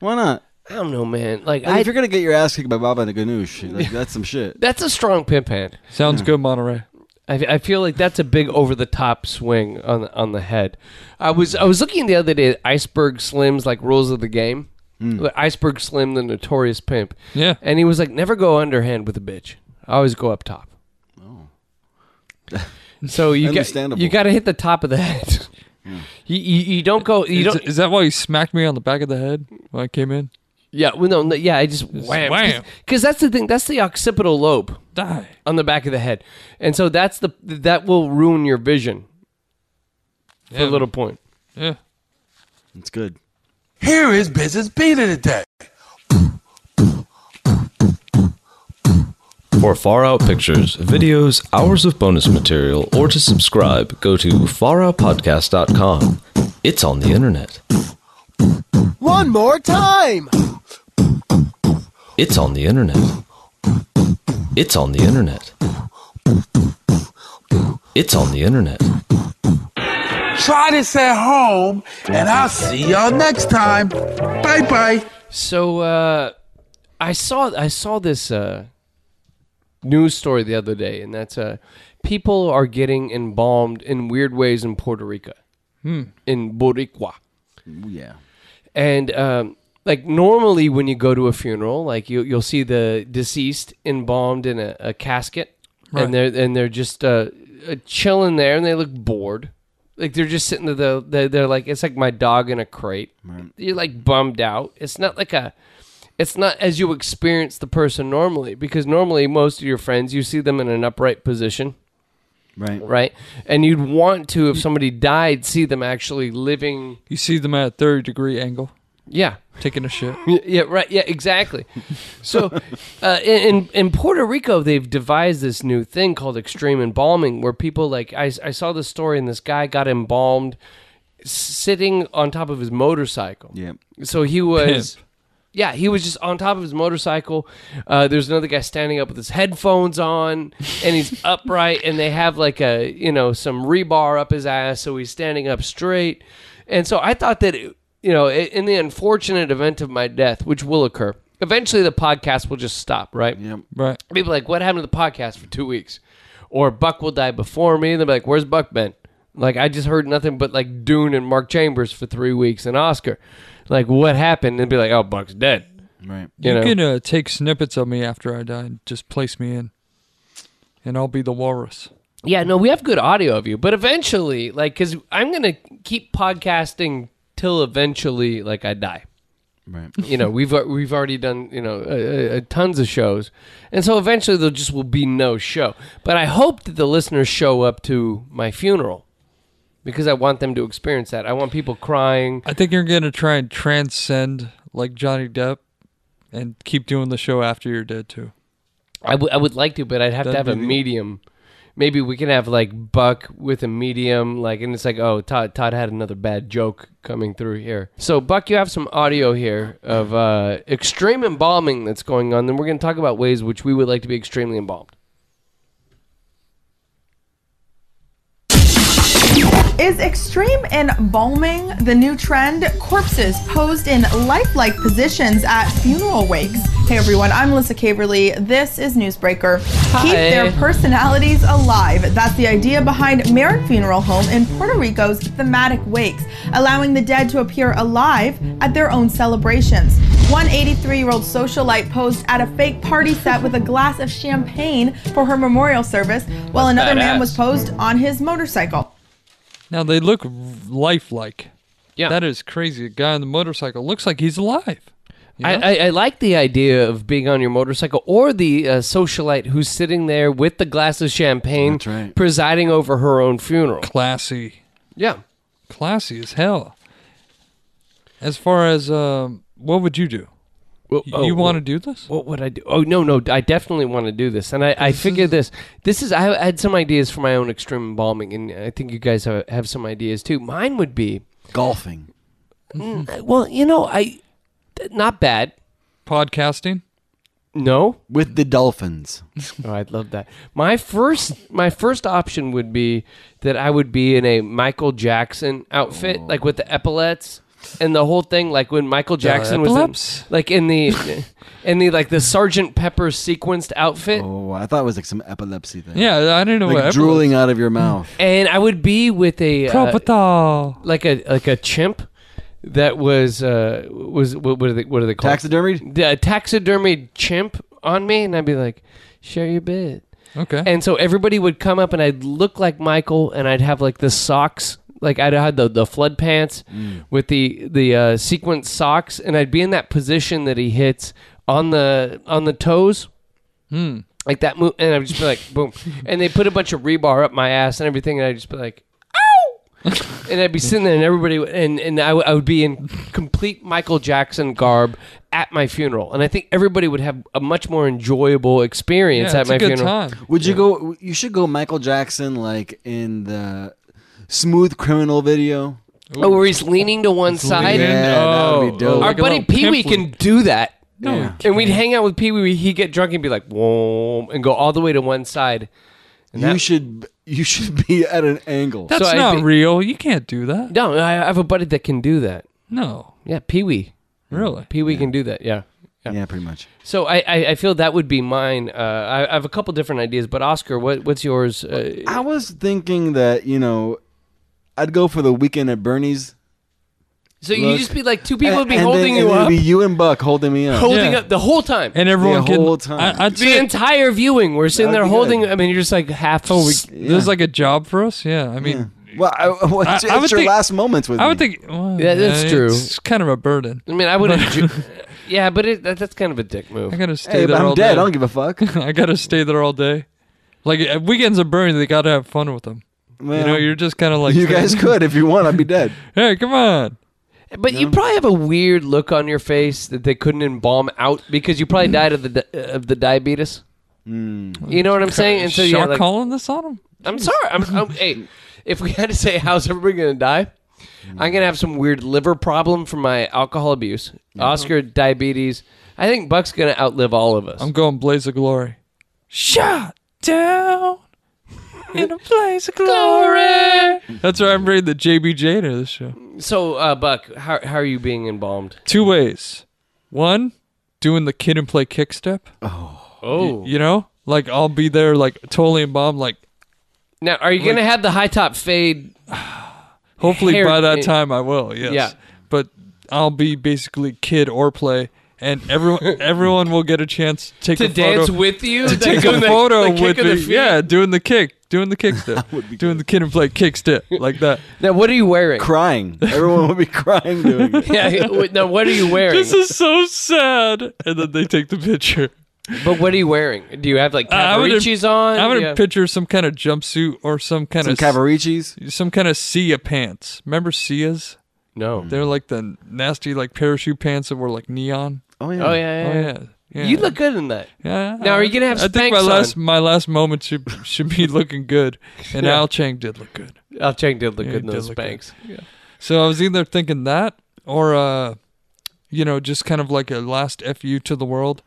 [SPEAKER 3] Why not?
[SPEAKER 1] I don't know, man. Like
[SPEAKER 3] Like,
[SPEAKER 1] I,
[SPEAKER 3] if you're gonna get your ass kicked by Baba Ganoush, like, that's some shit.
[SPEAKER 1] that's a strong pimp hand.
[SPEAKER 2] Sounds good, Monterey.
[SPEAKER 1] I, I feel like that's a big over the top swing on the- on the head. I was I was looking the other day at Iceberg Slim's like rules of the game. Like, Iceberg Slim, the notorious pimp.
[SPEAKER 2] Yeah.
[SPEAKER 1] and he was like, never go underhand with a bitch. Always go up top. Oh. So you got
[SPEAKER 3] Understandable.
[SPEAKER 1] you got to hit the top of the head. You, you, you don't go you
[SPEAKER 2] Is,
[SPEAKER 1] don't
[SPEAKER 2] is that why you smacked me on the back of the head when I came in?
[SPEAKER 1] yeah well, no, no yeah I just wham
[SPEAKER 2] wham.
[SPEAKER 1] because that's the thing that's the occipital lobe
[SPEAKER 2] Die.
[SPEAKER 1] on the back of the head, and so that's the that will ruin your vision for a little point.
[SPEAKER 2] Yeah.
[SPEAKER 3] It's good.
[SPEAKER 8] Here is business beating today.
[SPEAKER 5] For Far Out pictures, videos, hours of bonus material, or to subscribe, go to faroutpodcast.com. It's on the internet.
[SPEAKER 4] One more time!
[SPEAKER 5] It's on the internet. It's on the internet. It's on the internet.
[SPEAKER 8] Try this at home, and I'll see y'all next time. Bye bye.
[SPEAKER 1] So uh, I saw I saw this uh, news story the other day, and that's uh, people are getting embalmed in weird ways in Puerto Rico, in Boricua,
[SPEAKER 3] Yeah.
[SPEAKER 1] and um, like normally when you go to a funeral, like you you'll see the deceased embalmed in a, a casket,
[SPEAKER 2] Right.
[SPEAKER 1] and they're and they're just uh, uh, chilling there, and they look bored. Like they're just sitting there, the, they're, they're like it's like my dog in a crate. You're like bummed out. It's not like a it's not as you experience the person normally because normally most of your friends you see them in an upright position
[SPEAKER 3] Right.
[SPEAKER 1] right and you'd want to if somebody died see them actually living
[SPEAKER 2] You see them at a 30 degree angle
[SPEAKER 1] yeah
[SPEAKER 2] taking a shit.
[SPEAKER 1] [LAUGHS] yeah right yeah exactly so uh, in in puerto rico they've devised this new thing called extreme embalming where people like i, I saw this story and this guy got embalmed sitting on top of his motorcycle
[SPEAKER 3] Yeah.
[SPEAKER 1] so he was yeah he was just on top of his motorcycle uh, there's another guy standing up with his headphones on and he's upright and they have like a you know some rebar up his ass so he's standing up straight and so i thought that it, you know i- in the unfortunate event of my death which will occur eventually the podcast will just stop right
[SPEAKER 3] Yep.
[SPEAKER 2] Right.
[SPEAKER 1] people are like, what happened to the podcast for two weeks? Or Buck will die before me. They're like, where's Buck been? Like I just heard nothing but like Dune and Mark Chambers for three weeks and Oscar. Like what happened? And be like, oh, Buck's dead.
[SPEAKER 3] Right.
[SPEAKER 1] You,
[SPEAKER 2] You,
[SPEAKER 1] know,
[SPEAKER 2] can uh, take snippets of me after I die and just place me in, and I'll be the walrus.
[SPEAKER 1] yeah, no, we have good audio of you, but eventually, like, because I'm gonna keep podcasting till eventually, like, I die.
[SPEAKER 3] Right.
[SPEAKER 1] [LAUGHS] you know we've al- we've already done you know uh, uh, tons of shows and so eventually there just will be no show but i hope that the listeners show up to my funeral because i want them to experience that i want people crying
[SPEAKER 2] I think you're gonna try and transcend like Johnny Depp, and keep doing the show after you're dead too.
[SPEAKER 1] i, w- I would like to but i'd have
[SPEAKER 2] That'd
[SPEAKER 1] to
[SPEAKER 2] be
[SPEAKER 1] have a
[SPEAKER 2] the-
[SPEAKER 1] medium maybe we can have like buck with a medium like and it's like oh todd todd had another bad joke coming through here so buck you have some audio here of uh, extreme embalming that's going on then we're going to talk about ways which we would like to be extremely embalmed
[SPEAKER 9] Is extreme embalming the new trend? Corpses posed in lifelike positions at funeral wakes. Hey everyone, I'm Melissa Caverly. This is Newsbreaker. Keep their personalities alive. That's the idea behind Merritt Funeral Home in Puerto Rico's thematic wakes, allowing the dead to appear alive at their own celebrations. One 83 year old socialite posed at a fake party set with a glass of champagne for her memorial service, while
[SPEAKER 1] That's
[SPEAKER 9] another
[SPEAKER 1] badass.
[SPEAKER 9] man was posed on his motorcycle.
[SPEAKER 2] Now they look lifelike.
[SPEAKER 1] Yeah.
[SPEAKER 2] That is crazy. A guy on the motorcycle looks like he's alive. you know?
[SPEAKER 1] I, I, I like the idea of being on your motorcycle or the uh, socialite who's sitting there with the glass of champagne
[SPEAKER 3] That's right.
[SPEAKER 1] presiding over her own funeral.
[SPEAKER 2] Classy.
[SPEAKER 1] Yeah.
[SPEAKER 2] Classy as hell. As far as um, what would you do?
[SPEAKER 3] Oh,
[SPEAKER 2] you want to do this?
[SPEAKER 1] What would I do? Oh, no, no. I definitely want to do this. And I, I figured this. This is, I had some ideas for my own extreme embalming, and I think you guys have, have some ideas too. Mine would be,
[SPEAKER 3] Golfing.
[SPEAKER 1] well, you know, I, th- not bad.
[SPEAKER 2] Podcasting.
[SPEAKER 1] No.
[SPEAKER 3] With the dolphins.
[SPEAKER 1] Oh, I'd love that. My first, my first option would be that I would be in a Michael Jackson outfit, like with the epaulets and the whole thing, like when Michael Jackson was
[SPEAKER 2] epaulets?
[SPEAKER 1] in, like in the, in the like the Sergeant Pepper sequenced outfit,
[SPEAKER 3] Oh, I thought it was like some epilepsy thing.
[SPEAKER 2] Yeah, I didn't know
[SPEAKER 3] Like
[SPEAKER 2] what
[SPEAKER 3] drooling out of your mouth.
[SPEAKER 1] and I would be with a uh,
[SPEAKER 2] Propital.
[SPEAKER 1] like a like a chimp that was uh was what, what are they what are they called
[SPEAKER 3] Taxidermied?
[SPEAKER 1] the uh, taxidermy chimp on me, and I'd be like, share your bit.
[SPEAKER 2] Okay.
[SPEAKER 1] And so everybody would come up, and I'd look like Michael, and I'd have like the socks, like I'd had the, the flood pants
[SPEAKER 2] Mm.
[SPEAKER 1] with the the uh, sequence socks, and I'd be in that position that he hits on the on the toes.
[SPEAKER 2] Hmm.
[SPEAKER 1] Like [LAUGHS] that move, and I'd just be like, boom. And they put a bunch of rebar up my ass and everything, and I'd just be like, ow!
[SPEAKER 2] [LAUGHS]
[SPEAKER 1] and I'd be sitting there, and everybody, would- and and I, w- I would be in complete Michael Jackson garb at my funeral, and I think everybody would have a much more enjoyable experience
[SPEAKER 2] Yeah,
[SPEAKER 1] at
[SPEAKER 2] it's
[SPEAKER 1] my
[SPEAKER 2] a good
[SPEAKER 1] funeral.
[SPEAKER 2] time.
[SPEAKER 3] Would you go? You should go Michael Jackson, like in the Smooth Criminal video.
[SPEAKER 1] Oh, where he's leaning to one side.
[SPEAKER 3] leaning. Yeah, that would be
[SPEAKER 2] uh,
[SPEAKER 3] dope.
[SPEAKER 1] Our
[SPEAKER 3] Like
[SPEAKER 1] buddy Pee Wee can do that.
[SPEAKER 2] No, he
[SPEAKER 1] and we'd hang out with Pee Wee. He'd get drunk and be like, "Whoa," and go all the way to one side. And
[SPEAKER 3] you
[SPEAKER 1] that-
[SPEAKER 3] should you should be at an angle.
[SPEAKER 2] That's
[SPEAKER 1] So I
[SPEAKER 2] not
[SPEAKER 1] thi-
[SPEAKER 2] real. You can't do that.
[SPEAKER 1] No, I have a buddy that can do that.
[SPEAKER 2] No,
[SPEAKER 1] Yeah, Pee Wee.
[SPEAKER 2] really.
[SPEAKER 1] Pee Wee can do that. Yeah.
[SPEAKER 3] yeah, pretty much.
[SPEAKER 1] So I, I, I feel that would be mine. Uh, I, I have a couple different ideas, but Oscar, what what's yours? Uh,
[SPEAKER 3] I was thinking that you know, I'd go for the weekend at Bernie's.
[SPEAKER 1] so you
[SPEAKER 3] look,
[SPEAKER 1] just be like two people would be
[SPEAKER 3] and
[SPEAKER 1] holding
[SPEAKER 3] then,
[SPEAKER 1] you
[SPEAKER 3] and
[SPEAKER 1] up,
[SPEAKER 3] It'd be you and Buck holding me up.
[SPEAKER 1] holding
[SPEAKER 2] Yeah.
[SPEAKER 1] up the whole time.
[SPEAKER 2] And everyone
[SPEAKER 3] The
[SPEAKER 2] can.
[SPEAKER 3] whole time.
[SPEAKER 2] I, I'd
[SPEAKER 1] the
[SPEAKER 2] say
[SPEAKER 1] entire viewing, we're sitting
[SPEAKER 3] That'd
[SPEAKER 1] there
[SPEAKER 3] be
[SPEAKER 1] holding.
[SPEAKER 3] good.
[SPEAKER 1] I mean, you're just like half. Oh,
[SPEAKER 2] there's like a job for us. Yeah, I mean,
[SPEAKER 3] Well, I, what's
[SPEAKER 2] I- I would
[SPEAKER 3] your
[SPEAKER 2] think-
[SPEAKER 3] last moments with
[SPEAKER 2] I would
[SPEAKER 3] me?
[SPEAKER 2] think. well,
[SPEAKER 1] Yeah, that's true.
[SPEAKER 2] It's kind of a burden.
[SPEAKER 1] I mean, I would. enjoy, yeah, but it, that, that's kind of a dick move.
[SPEAKER 2] I gotta stay
[SPEAKER 3] Hey,
[SPEAKER 2] there
[SPEAKER 3] but
[SPEAKER 2] all
[SPEAKER 3] I'm dead. I
[SPEAKER 2] day.
[SPEAKER 3] don't give a fuck.
[SPEAKER 2] [LAUGHS]
[SPEAKER 3] [LAUGHS]
[SPEAKER 2] I gotta stay there all day. Like at weekends are burning, they gotta have fun with them. you know,
[SPEAKER 3] Well,
[SPEAKER 2] you're just kind of like [LAUGHS]
[SPEAKER 3] you guys could if you want. I'd be dead.
[SPEAKER 2] Hey, come on.
[SPEAKER 1] But you probably have a weird look on your face that they couldn't embalm out because you probably died of the di- of the diabetes. You know what I'm saying? And so
[SPEAKER 2] Shock
[SPEAKER 1] yeah, like,
[SPEAKER 2] calling this on him.
[SPEAKER 1] I'm sorry. I'm, I'm hey, if we had to say [LAUGHS] how's everybody gonna die, I'm gonna have some weird liver problem from my alcohol abuse. Oscar diabetes. I think Buck's gonna outlive all of us.
[SPEAKER 2] I'm going blaze of glory. Shot down in a blaze
[SPEAKER 1] [LAUGHS]
[SPEAKER 2] of glory. That's where I'm bringing the JBJ to this show.
[SPEAKER 1] so uh, Buck, how how are you being embalmed?
[SPEAKER 2] Two ways. One, doing the kid and play kick step.
[SPEAKER 1] Oh,
[SPEAKER 2] You know, like I'll be there, like totally embalmed. Like
[SPEAKER 1] now are you gonna have the high top fade?
[SPEAKER 2] Hopefully
[SPEAKER 1] hair-
[SPEAKER 2] by that
[SPEAKER 1] it-
[SPEAKER 2] time I will. Yes.
[SPEAKER 1] Yeah.
[SPEAKER 2] But I'll be basically kid or play, and
[SPEAKER 1] [LAUGHS]
[SPEAKER 2] everyone everyone will get a chance to [LAUGHS] take
[SPEAKER 1] To
[SPEAKER 2] a
[SPEAKER 1] dance
[SPEAKER 2] photo.
[SPEAKER 1] with [LAUGHS] you, to
[SPEAKER 2] Take a photo with me, yeah, doing the kick, doing the kick step, doing the kid and play kick step like
[SPEAKER 1] [LAUGHS]
[SPEAKER 2] that.
[SPEAKER 1] Now, what are you wearing?
[SPEAKER 3] Crying. Everyone would be crying
[SPEAKER 2] [LAUGHS]
[SPEAKER 3] doing it.
[SPEAKER 1] yeah. wait, Now, what are you wearing?
[SPEAKER 2] this is so sad, and then they take the picture.
[SPEAKER 1] but what are you wearing? Do you have like
[SPEAKER 2] Uh, I would-
[SPEAKER 1] Cavaricis on?
[SPEAKER 2] I'm
[SPEAKER 1] Do
[SPEAKER 2] gonna
[SPEAKER 1] you have-
[SPEAKER 2] picture some kind of jumpsuit or some kind
[SPEAKER 3] Some
[SPEAKER 2] of
[SPEAKER 3] Cavaricis.
[SPEAKER 2] some kind of Sia pants. Remember Sia's?
[SPEAKER 1] No.
[SPEAKER 2] They're like the nasty like parachute pants that were like neon.
[SPEAKER 3] Oh
[SPEAKER 1] Oh yeah,
[SPEAKER 3] yeah.
[SPEAKER 1] yeah,
[SPEAKER 2] Oh
[SPEAKER 1] yeah.
[SPEAKER 2] yeah. yeah.
[SPEAKER 1] You look good in that.
[SPEAKER 2] Yeah.
[SPEAKER 1] Now, are you gonna have
[SPEAKER 2] I think
[SPEAKER 1] Spanx
[SPEAKER 2] my last
[SPEAKER 1] on?
[SPEAKER 2] my last moment should
[SPEAKER 1] [LAUGHS]
[SPEAKER 2] should be looking good, and Al Chang did look good.
[SPEAKER 1] Al Chang did look
[SPEAKER 2] Yeah,
[SPEAKER 1] good in
[SPEAKER 2] he did
[SPEAKER 1] those
[SPEAKER 2] look good.
[SPEAKER 1] Spanx.
[SPEAKER 2] So I was either thinking that or uh, you know, just kind of like a last fu to the world,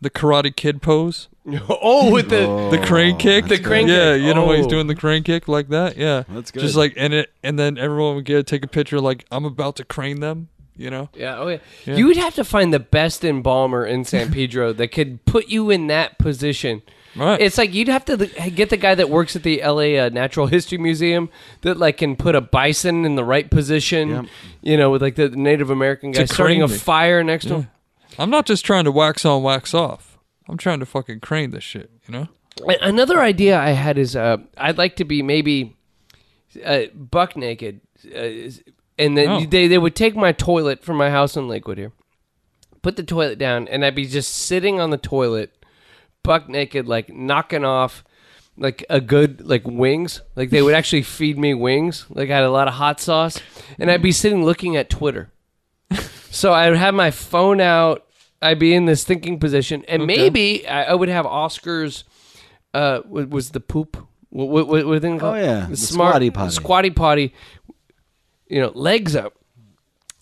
[SPEAKER 2] the Karate Kid pose,
[SPEAKER 1] [LAUGHS] oh, with the
[SPEAKER 2] the crane kick,
[SPEAKER 1] The good. crane
[SPEAKER 2] yeah,
[SPEAKER 1] kick.
[SPEAKER 2] you know when he's
[SPEAKER 1] Oh.
[SPEAKER 2] doing the crane kick like that, yeah,
[SPEAKER 3] That's
[SPEAKER 2] Just
[SPEAKER 3] good.
[SPEAKER 2] like and it, and then everyone would get take a picture like I'm about to crane them, you know.
[SPEAKER 1] yeah, oh yeah. You would have to find the best embalmer in San Pedro [LAUGHS] that could put you in that position.
[SPEAKER 2] Right.
[SPEAKER 1] It's like you'd have to th- get the guy that works at the LA uh, Natural [LAUGHS] History Museum that like can put a bison in the right position, you know, with like the Native American guy
[SPEAKER 2] crane
[SPEAKER 1] starting a
[SPEAKER 2] me.
[SPEAKER 1] fire next to him.
[SPEAKER 2] I'm not just trying to wax on, wax off. I'm trying to fucking crane this shit, you know.
[SPEAKER 1] A- Another idea I had is uh, I'd like to be maybe uh, buck naked, uh, is- and then
[SPEAKER 2] Oh.
[SPEAKER 1] they they would take my toilet from my house in Lakewood here, put the toilet down, and I'd be just sitting on the toilet, buck naked, like knocking off. Like a good like wings, like they would actually feed me wings. Like I had a lot of hot sauce, and I'd be sitting looking at Twitter. So I would have my phone out. I'd be in this thinking position, and maybe I, I would have Oscars. Uh, what was the poop? What what, what, what thing?
[SPEAKER 3] Oh, yeah, the squatty potty.
[SPEAKER 1] Squatty potty. You know, legs up,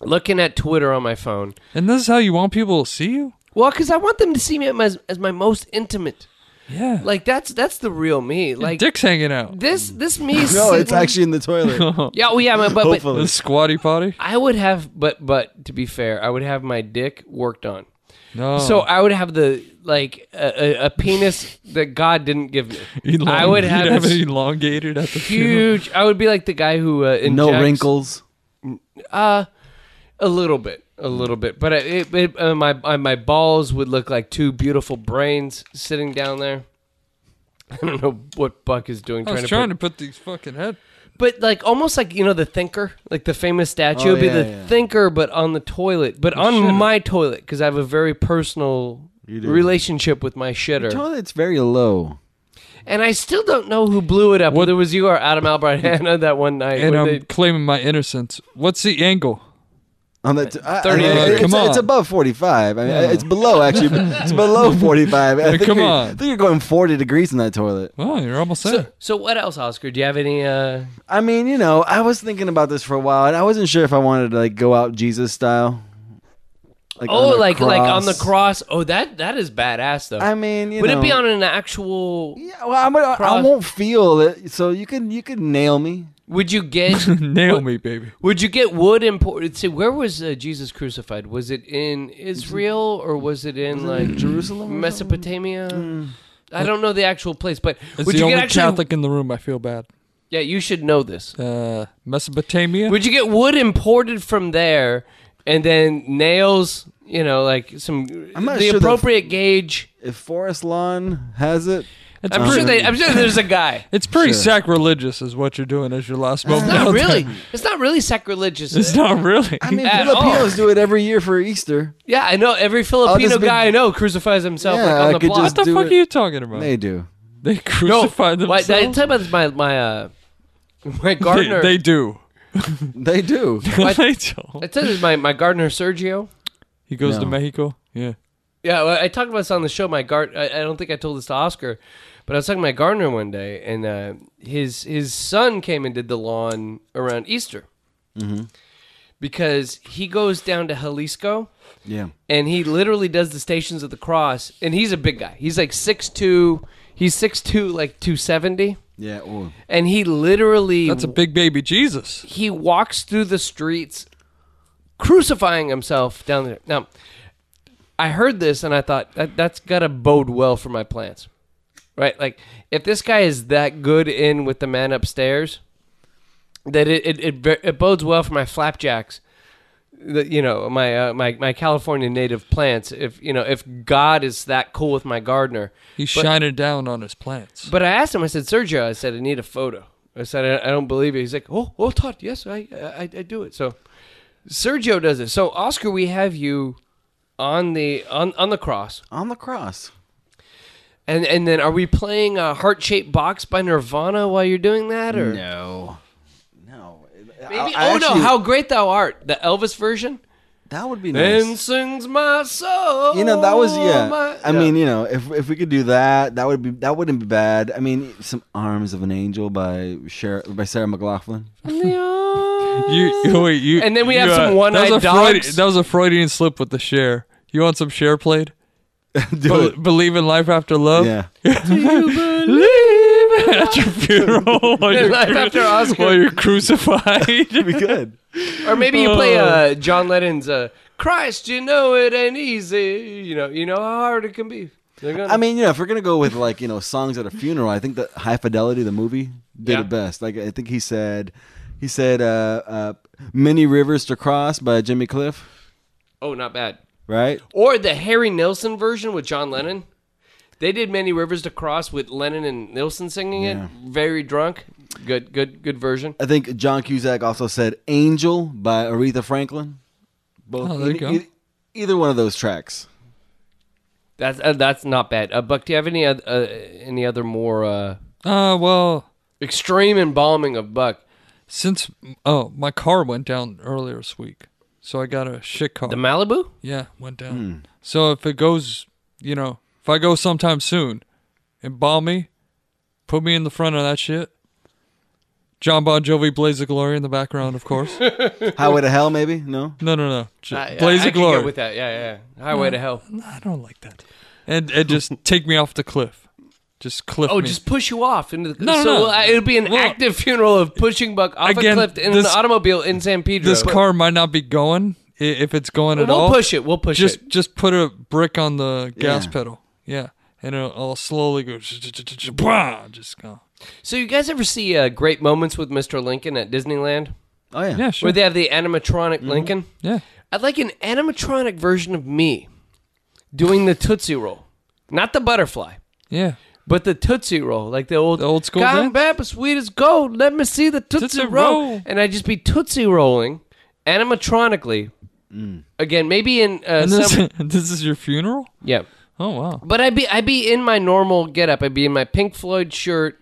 [SPEAKER 1] looking at Twitter on my phone.
[SPEAKER 2] And this is how you want people to see you?
[SPEAKER 1] Well, because I want them to see me as, as my most intimate.
[SPEAKER 2] Yeah.
[SPEAKER 1] Like that's that's the real me. Like
[SPEAKER 2] Dick's hanging out.
[SPEAKER 1] this this me.
[SPEAKER 3] [LAUGHS] No, it's
[SPEAKER 1] sitting-
[SPEAKER 3] actually in the toilet.
[SPEAKER 2] [LAUGHS]
[SPEAKER 1] yeah. Well, yeah, but, but, but
[SPEAKER 3] Hopefully.
[SPEAKER 2] The squatty potty?
[SPEAKER 1] I would have, but but to be fair, I would have my dick worked on.
[SPEAKER 2] No.
[SPEAKER 1] So I would have the like a, a, a
[SPEAKER 2] [LAUGHS]
[SPEAKER 1] penis that God didn't give me.
[SPEAKER 2] Elong-
[SPEAKER 1] I would
[SPEAKER 2] [LAUGHS] you'd
[SPEAKER 1] have, a
[SPEAKER 2] it elongated at the funeral.
[SPEAKER 1] huge. I would be like the guy who uh, injects uh,
[SPEAKER 3] no wrinkles.
[SPEAKER 1] a little bit, a little bit. But I, it, it, uh, my uh, my balls would look like two beautiful brains sitting down there. [LAUGHS] I don't know what Buck is doing.
[SPEAKER 2] I
[SPEAKER 1] trying
[SPEAKER 2] was
[SPEAKER 1] to
[SPEAKER 2] trying
[SPEAKER 1] put-
[SPEAKER 2] to put these fucking head.
[SPEAKER 1] but like almost like you know the thinker, like the famous statue
[SPEAKER 3] Oh,
[SPEAKER 1] would be
[SPEAKER 3] yeah,
[SPEAKER 1] the
[SPEAKER 3] yeah.
[SPEAKER 1] thinker, but on the toilet, but on my toilet because I have a very personal
[SPEAKER 3] do.
[SPEAKER 1] relationship with my shitter.
[SPEAKER 3] Toilet's very low.
[SPEAKER 1] And I still don't know who blew it up. Whether it was you or Adam Albert Hanna [LAUGHS] that one night.
[SPEAKER 2] and
[SPEAKER 1] when
[SPEAKER 2] I'm
[SPEAKER 1] they-
[SPEAKER 2] claiming my innocence. What's the angle?
[SPEAKER 3] On that, I-
[SPEAKER 1] 30.
[SPEAKER 3] I mean,
[SPEAKER 1] Uh,
[SPEAKER 3] it's,
[SPEAKER 2] come
[SPEAKER 3] it's
[SPEAKER 2] on.
[SPEAKER 3] above forty-five. I mean, it's below actually. It's below
[SPEAKER 2] [LAUGHS]
[SPEAKER 3] forty-five. I
[SPEAKER 2] Hey,
[SPEAKER 3] think
[SPEAKER 2] come
[SPEAKER 3] you're,
[SPEAKER 2] on.
[SPEAKER 3] I think you're going forty degrees in that toilet.
[SPEAKER 2] Oh, you're almost there. [LAUGHS]
[SPEAKER 1] so, so what else, Oscar? Do you have any? Uh,
[SPEAKER 3] I mean, you know, I was thinking about this for a while, and I wasn't sure if I wanted to like go out Jesus style. Like
[SPEAKER 1] oh,
[SPEAKER 3] on a
[SPEAKER 1] like like on the cross. Oh, that that is badass though.
[SPEAKER 3] I mean, um, you
[SPEAKER 1] would
[SPEAKER 3] know,
[SPEAKER 1] it be on an actual?
[SPEAKER 3] Yeah, well, I'm gonna, I
[SPEAKER 1] cross?
[SPEAKER 3] won't feel it, so you can you can nail me.
[SPEAKER 1] Would you [LAUGHS] get?
[SPEAKER 2] Nail me, baby.
[SPEAKER 1] would you get wood imported? See, where was uh, Jesus crucified? Was it in Israel or was it in like Jerusalem, Mesopotamia?
[SPEAKER 3] Mm.
[SPEAKER 1] I don't know the actual place, but
[SPEAKER 2] It's
[SPEAKER 1] would
[SPEAKER 2] the
[SPEAKER 1] you
[SPEAKER 2] only
[SPEAKER 1] get actually?
[SPEAKER 2] Catholic in the room. I feel bad.
[SPEAKER 1] Yeah, you should know this.
[SPEAKER 2] Uh, Mesopotamia.
[SPEAKER 1] Would you get wood imported from there, and then nails? You know, like some
[SPEAKER 3] I'm not
[SPEAKER 1] the
[SPEAKER 3] sure that-
[SPEAKER 1] appropriate gauge.
[SPEAKER 3] If Forest Lawn has it, Um,
[SPEAKER 2] it's
[SPEAKER 1] I'm
[SPEAKER 2] pretty,
[SPEAKER 1] sure they. I'm sure there's a
[SPEAKER 2] [LAUGHS]
[SPEAKER 1] guy.
[SPEAKER 2] it's pretty
[SPEAKER 3] Sure.
[SPEAKER 2] sacrilegious, is what you're doing as your last moment. [LAUGHS]
[SPEAKER 1] Not
[SPEAKER 2] out there.
[SPEAKER 1] really. It's not really sacrilegious.
[SPEAKER 2] It's not really.
[SPEAKER 3] I mean,
[SPEAKER 1] [LAUGHS] At
[SPEAKER 3] Filipinos
[SPEAKER 1] all.
[SPEAKER 3] do it every year for Easter.
[SPEAKER 1] yeah, I know. Every Filipino
[SPEAKER 3] be-
[SPEAKER 1] guy I know crucifies himself
[SPEAKER 3] Oh, Yeah,
[SPEAKER 1] like on
[SPEAKER 3] I
[SPEAKER 1] the
[SPEAKER 3] could
[SPEAKER 1] block.
[SPEAKER 3] just
[SPEAKER 2] what the
[SPEAKER 3] do
[SPEAKER 2] fuck
[SPEAKER 3] it.
[SPEAKER 2] are you talking about?
[SPEAKER 3] They do.
[SPEAKER 2] They
[SPEAKER 1] no,
[SPEAKER 2] crucify
[SPEAKER 1] why-
[SPEAKER 2] themselves.
[SPEAKER 1] I tell you about my my uh, [LAUGHS] my
[SPEAKER 2] [LAUGHS] They-
[SPEAKER 1] gardener.
[SPEAKER 2] they do.
[SPEAKER 3] They do.
[SPEAKER 1] What?
[SPEAKER 2] [LAUGHS] they don't.
[SPEAKER 1] I tell you this, my my gardener Sergio.
[SPEAKER 2] He goes to
[SPEAKER 3] No.
[SPEAKER 2] Mexico. Yeah.
[SPEAKER 1] Yeah, well, I talked about this on the show. My guard. I, I don't think I told this to Oscar, but I was talking to my gardener one day, and uh, his his son came and did the lawn around Easter,
[SPEAKER 2] Mm-hmm.
[SPEAKER 1] because he goes down to Jalisco
[SPEAKER 3] [LAUGHS] Yeah.
[SPEAKER 1] and he literally does the Stations of the Cross, and he's a big guy. He's like six two. He's six two, like two seventy,
[SPEAKER 3] Yeah. oh. Ooh.
[SPEAKER 1] and he literally
[SPEAKER 2] That's a big baby Jesus.
[SPEAKER 1] he walks through the streets crucifying himself down there. Now, I heard this and I thought that that's got to bode well for my plants. Right? Like if this guy is that good in with the man upstairs that it it, it, ver- it bodes well for my flapjacks. The, you know, my uh, my my California native plants if you know, if God is that cool with my gardener.
[SPEAKER 2] He's
[SPEAKER 1] But-
[SPEAKER 2] shining down on his plants.
[SPEAKER 1] But I asked him. I said, Sergio. I said, I need a photo. I said, I, I don't believe it. He's like, Oh, oh, Todd. Yes, I, I, I do it. So Sergio does it. So Oscar, we have you on the on on the cross,
[SPEAKER 3] On the cross.
[SPEAKER 1] and and then are we playing a heart shaped box by Nirvana while you're doing that, or
[SPEAKER 3] No. No.
[SPEAKER 1] maybe? oh no, how great thou art, the Elvis version.
[SPEAKER 3] that would be nice.
[SPEAKER 1] Then sings my soul.
[SPEAKER 3] you know that was yeah.
[SPEAKER 1] Oh, my-
[SPEAKER 3] I mean, you know, if if we could do that, that would be that wouldn't be bad. I mean, some Arms of an Angel by Sarah, by Sarah McLaughlin.
[SPEAKER 2] you,
[SPEAKER 1] [LAUGHS]
[SPEAKER 2] you- wait, you,
[SPEAKER 1] And then we
[SPEAKER 2] you, uh,
[SPEAKER 1] have some
[SPEAKER 2] that
[SPEAKER 1] one-eyed
[SPEAKER 2] was a Freud-
[SPEAKER 1] dogs.
[SPEAKER 2] that was a Freudian slip with the share. You want some share played? Be-
[SPEAKER 3] [LAUGHS] do
[SPEAKER 2] believe in life after love. [LAUGHS]
[SPEAKER 3] Yeah.
[SPEAKER 2] Leave at
[SPEAKER 1] [LAUGHS]
[SPEAKER 2] your funeral while you're,
[SPEAKER 1] Life after Oscar.
[SPEAKER 2] while you're crucified. [LAUGHS]
[SPEAKER 3] Be good.
[SPEAKER 1] Or maybe you play uh, John Lennon's uh, "Christ, you know it ain't easy." You know, you know how hard it can be. They're gonna-
[SPEAKER 3] I mean, you know, if we're gonna go with like you know songs at a funeral, I think that High Fidelity, the movie, did
[SPEAKER 1] Yeah.
[SPEAKER 3] it best. Like I think he said, he said, uh, uh, "Many rivers to cross" by Jimmy Cliff,
[SPEAKER 1] oh, not bad.
[SPEAKER 3] right?
[SPEAKER 1] Or the Harry Nilsson version with John Lennon. They did "Many Rivers to Cross" with Lennon and Nilsson singing
[SPEAKER 3] Yeah.
[SPEAKER 1] it, very drunk. Good, good, good version.
[SPEAKER 3] I think John Cusack also said "Angel" by Aretha Franklin. Both
[SPEAKER 2] Oh, there you
[SPEAKER 3] e-
[SPEAKER 2] go.
[SPEAKER 3] e- either one of those tracks.
[SPEAKER 1] That's uh, that's not bad. Uh, Buck, do you have any oth- uh, any other more uh,
[SPEAKER 2] Uh, well,
[SPEAKER 1] extreme embalming of Buck?
[SPEAKER 2] since oh my car went down earlier this week, so I got a shit car.
[SPEAKER 1] The Malibu?
[SPEAKER 2] yeah, went down.
[SPEAKER 1] Hmm.
[SPEAKER 2] So if it goes, you know, if I go sometime soon, embalm me, put me in the front of that shit. John Bon Jovi, Blaze of Glory in the background, of
[SPEAKER 1] [LAUGHS]
[SPEAKER 2] course. no,
[SPEAKER 3] Highway to Hell, maybe? No.
[SPEAKER 2] no, no, J-
[SPEAKER 1] I- I-
[SPEAKER 2] Blaze
[SPEAKER 1] I could
[SPEAKER 2] of
[SPEAKER 1] go
[SPEAKER 2] Glory.
[SPEAKER 1] with that. Yeah, yeah. Highway to Hell.
[SPEAKER 2] I don't like that. And
[SPEAKER 1] [LAUGHS]
[SPEAKER 2] and just take me off the cliff. Just cliff.
[SPEAKER 1] Oh,
[SPEAKER 2] me.
[SPEAKER 1] just push you off into the.
[SPEAKER 2] No,
[SPEAKER 1] so
[SPEAKER 2] no, no.
[SPEAKER 1] uh, it'll be an
[SPEAKER 2] Well,
[SPEAKER 1] active funeral of pushing Buck off
[SPEAKER 2] again,
[SPEAKER 1] a cliff in
[SPEAKER 2] this-
[SPEAKER 1] an automobile in San Pedro.
[SPEAKER 2] this car might not be going i- if it's going
[SPEAKER 1] We'll
[SPEAKER 2] at all.
[SPEAKER 1] push it. We'll push
[SPEAKER 2] just
[SPEAKER 1] it.
[SPEAKER 2] just put a brick on the gas
[SPEAKER 3] Yeah.
[SPEAKER 2] pedal. Yeah, and it'll, I'll slowly go. [LAUGHS] sh- sh- sh- sh- blah, Just go.
[SPEAKER 1] So you guys ever see uh, Great Moments with Mr. Lincoln at Disneyland,
[SPEAKER 3] Oh yeah.
[SPEAKER 2] Yeah, sure. Mm-hmm.
[SPEAKER 1] where they have the animatronic Lincoln?
[SPEAKER 2] yeah.
[SPEAKER 1] I'd like an animatronic version of me doing the Tootsie Roll, not the butterfly.
[SPEAKER 2] Yeah.
[SPEAKER 1] But the Tootsie Roll, like the old
[SPEAKER 2] The old school
[SPEAKER 1] Come
[SPEAKER 2] dance?
[SPEAKER 1] back, but sweet as gold. Let me see the Tootsie,
[SPEAKER 2] Tootsie
[SPEAKER 1] roll.
[SPEAKER 2] Roll.
[SPEAKER 1] and I'd just be Tootsie rolling animatronically. Again, maybe in uh,
[SPEAKER 2] And Mm. [LAUGHS] this
[SPEAKER 1] some
[SPEAKER 2] this is your funeral?
[SPEAKER 1] yeah.
[SPEAKER 2] Oh wow.
[SPEAKER 1] But I'd be I'd be in my normal getup. I'd be in my Pink Floyd shirt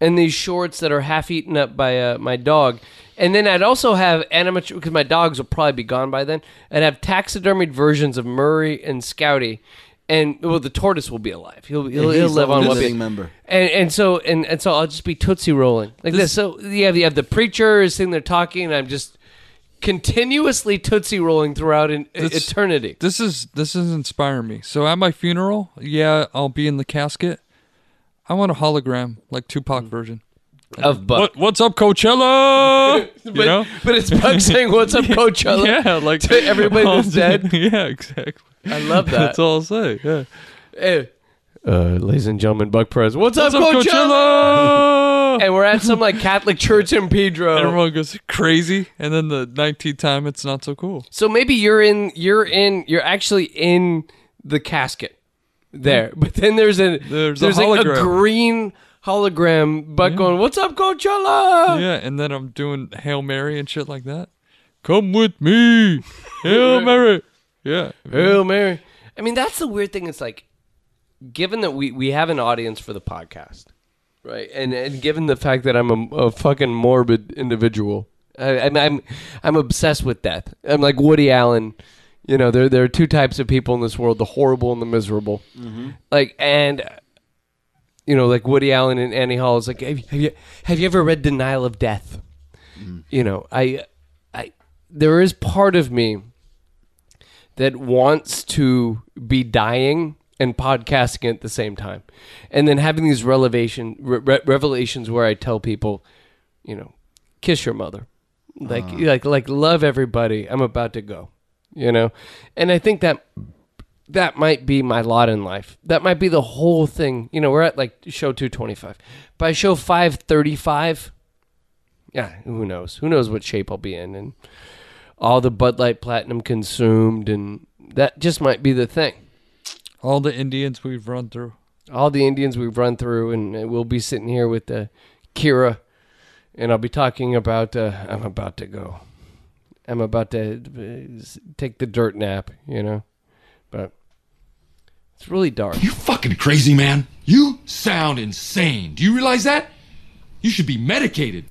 [SPEAKER 1] and these shorts that are half eaten up by uh, my dog. And then I'd also have animatronic because my dogs will probably be gone by then. I'd have taxidermied versions of Murray and Scouty, and well, the tortoise will be alive. He'll he'll,
[SPEAKER 3] he's
[SPEAKER 1] he'll live
[SPEAKER 3] the
[SPEAKER 1] on
[SPEAKER 3] living
[SPEAKER 1] Whoopi.
[SPEAKER 3] member.
[SPEAKER 1] And and so and, and so I'll just be tootsie rolling like this. So you have you have the preacher is sitting there talking, and I'm just continuously tootsie rolling throughout an,
[SPEAKER 2] This-
[SPEAKER 1] eternity.
[SPEAKER 2] This is this is inspiring me. So at my funeral, yeah, I'll be in the casket. I want a hologram, like Tupac
[SPEAKER 1] Mm.
[SPEAKER 2] version.
[SPEAKER 1] Of Buck.
[SPEAKER 2] What, what's
[SPEAKER 1] [LAUGHS]
[SPEAKER 2] up, Coachella? you
[SPEAKER 1] But,
[SPEAKER 2] know?
[SPEAKER 1] but it's
[SPEAKER 2] [LAUGHS]
[SPEAKER 1] Buck saying, "What's up, Coachella?"
[SPEAKER 2] Yeah,
[SPEAKER 1] [LAUGHS]
[SPEAKER 2] like
[SPEAKER 1] to everybody
[SPEAKER 2] [LAUGHS]
[SPEAKER 1] that's dead.
[SPEAKER 2] yeah, exactly. [LAUGHS]
[SPEAKER 1] I love that.
[SPEAKER 2] That's all I'll say. Yeah.
[SPEAKER 1] Uh, ladies and gentlemen, Buck Perez. What's,
[SPEAKER 2] What's
[SPEAKER 1] up,
[SPEAKER 2] up,
[SPEAKER 1] Coachella? [LAUGHS]
[SPEAKER 2] Coachella?
[SPEAKER 1] And we're at some like Catholic church in Pedro.
[SPEAKER 2] [LAUGHS] Everyone goes crazy, and then the 19th time, it's not so cool.
[SPEAKER 1] So maybe you're in, you're in, you're actually in the casket there, but then there's a
[SPEAKER 2] Hmm. There's a
[SPEAKER 1] like
[SPEAKER 2] hologram.
[SPEAKER 1] green hologram Buck going, "What's up, Coachella?"
[SPEAKER 2] Yeah, and then I'm doing Hail Mary and shit like that. Come with
[SPEAKER 1] [LAUGHS]
[SPEAKER 2] me, Hail Mary. Yeah,
[SPEAKER 1] Hail Mary. Mm-hmm. I mean, that's the weird thing. It's like, given that we, we have an audience for the podcast, right? And and given the fact that I'm a, a fucking morbid individual, I, I'm, I'm I'm obsessed with death. I'm like Woody Allen. You know, there there are two types of people in this world: the horrible and the miserable. Like and. uh, You know, like Woody Allen and Annie Hall is like, have you, have you have you ever read Denial of Death? You know, I, I, there is part of me that wants to be dying and podcasting at the same time, and then having these revelation re- re- revelations where I tell people, you know, kiss your mother, like like like love everybody. I'm about to go, you know, and I think that that might be my lot in life. That might be the whole thing. You know, we're at like show 225. By show 535, yeah, who knows? Who knows what shape I'll be in and all the Bud Light Platinum consumed and that just might be the thing.
[SPEAKER 2] all the Indians we've run through.
[SPEAKER 1] All the Indians we've run through and we'll be sitting here with uh, Kira and I'll be talking about uh, I'm about to go. I'm about to uh, s- take the dirt nap, you know. But it's really dark.
[SPEAKER 10] You fucking crazy, man. You sound insane. Do you realize that? You should be medicated.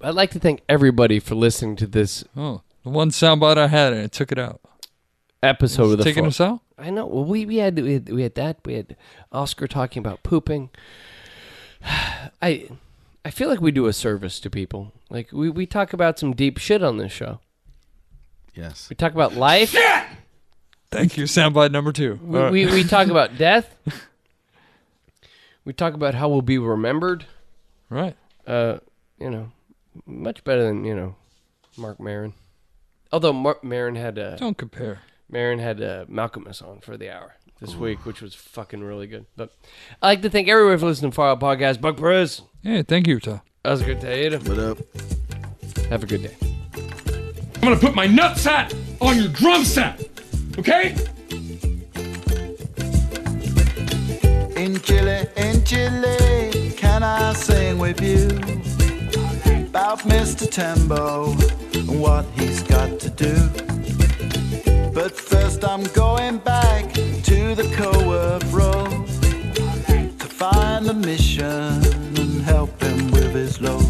[SPEAKER 1] I'd like to thank everybody for listening to this
[SPEAKER 2] Oh, the one soundbite I had, and I took it out.
[SPEAKER 1] episode of the
[SPEAKER 2] Taking
[SPEAKER 1] Fo-
[SPEAKER 2] us out.
[SPEAKER 1] I know. Well, we, we had we had we had that. We had Oscar talking about pooping. [SIGHS] I I feel like we do a service to people. Like we, we talk about some deep shit on this show.
[SPEAKER 3] Yes.
[SPEAKER 1] We talk about life.
[SPEAKER 2] Thank you, soundbite number two.
[SPEAKER 1] We, we we talk about death. We talk about how we'll be remembered.
[SPEAKER 2] right.
[SPEAKER 1] Uh, you know, much better than you know, Mark Maron. Although Mark Maron had a
[SPEAKER 2] Don't compare.
[SPEAKER 1] Marin had uh, Malcolmus on for the hour this week, which was fucking really good. But I'd like to thank everyone for listening to Far Out Podcast. Buck Perez,
[SPEAKER 2] Yeah, thank you, Utah.
[SPEAKER 1] Oscar Taeda,
[SPEAKER 3] What up?
[SPEAKER 1] have a good day.
[SPEAKER 10] I'm gonna put my nutsack on your drum set. Okay?
[SPEAKER 4] In Chile, in Chile, can I sing with you? About Mr. Tembo and what he's got to do. But first, I'm going back to the co-op road to find the mission and help him with his load.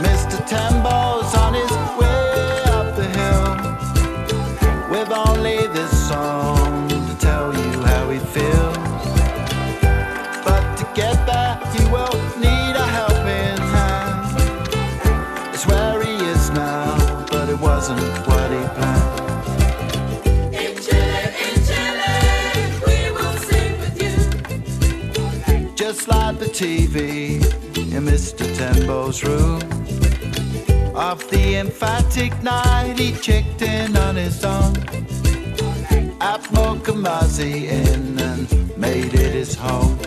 [SPEAKER 4] Mr. Tembo's on his way up the hill with only this song to tell you how he feels. But to get there, he will need a helping hand. It's where he is now, but it wasn't what he planned. Just like the TV in Mr. Tembo's room. Of the emphatic night, he checked in on his own. At Mokamazi Inn and made it his home.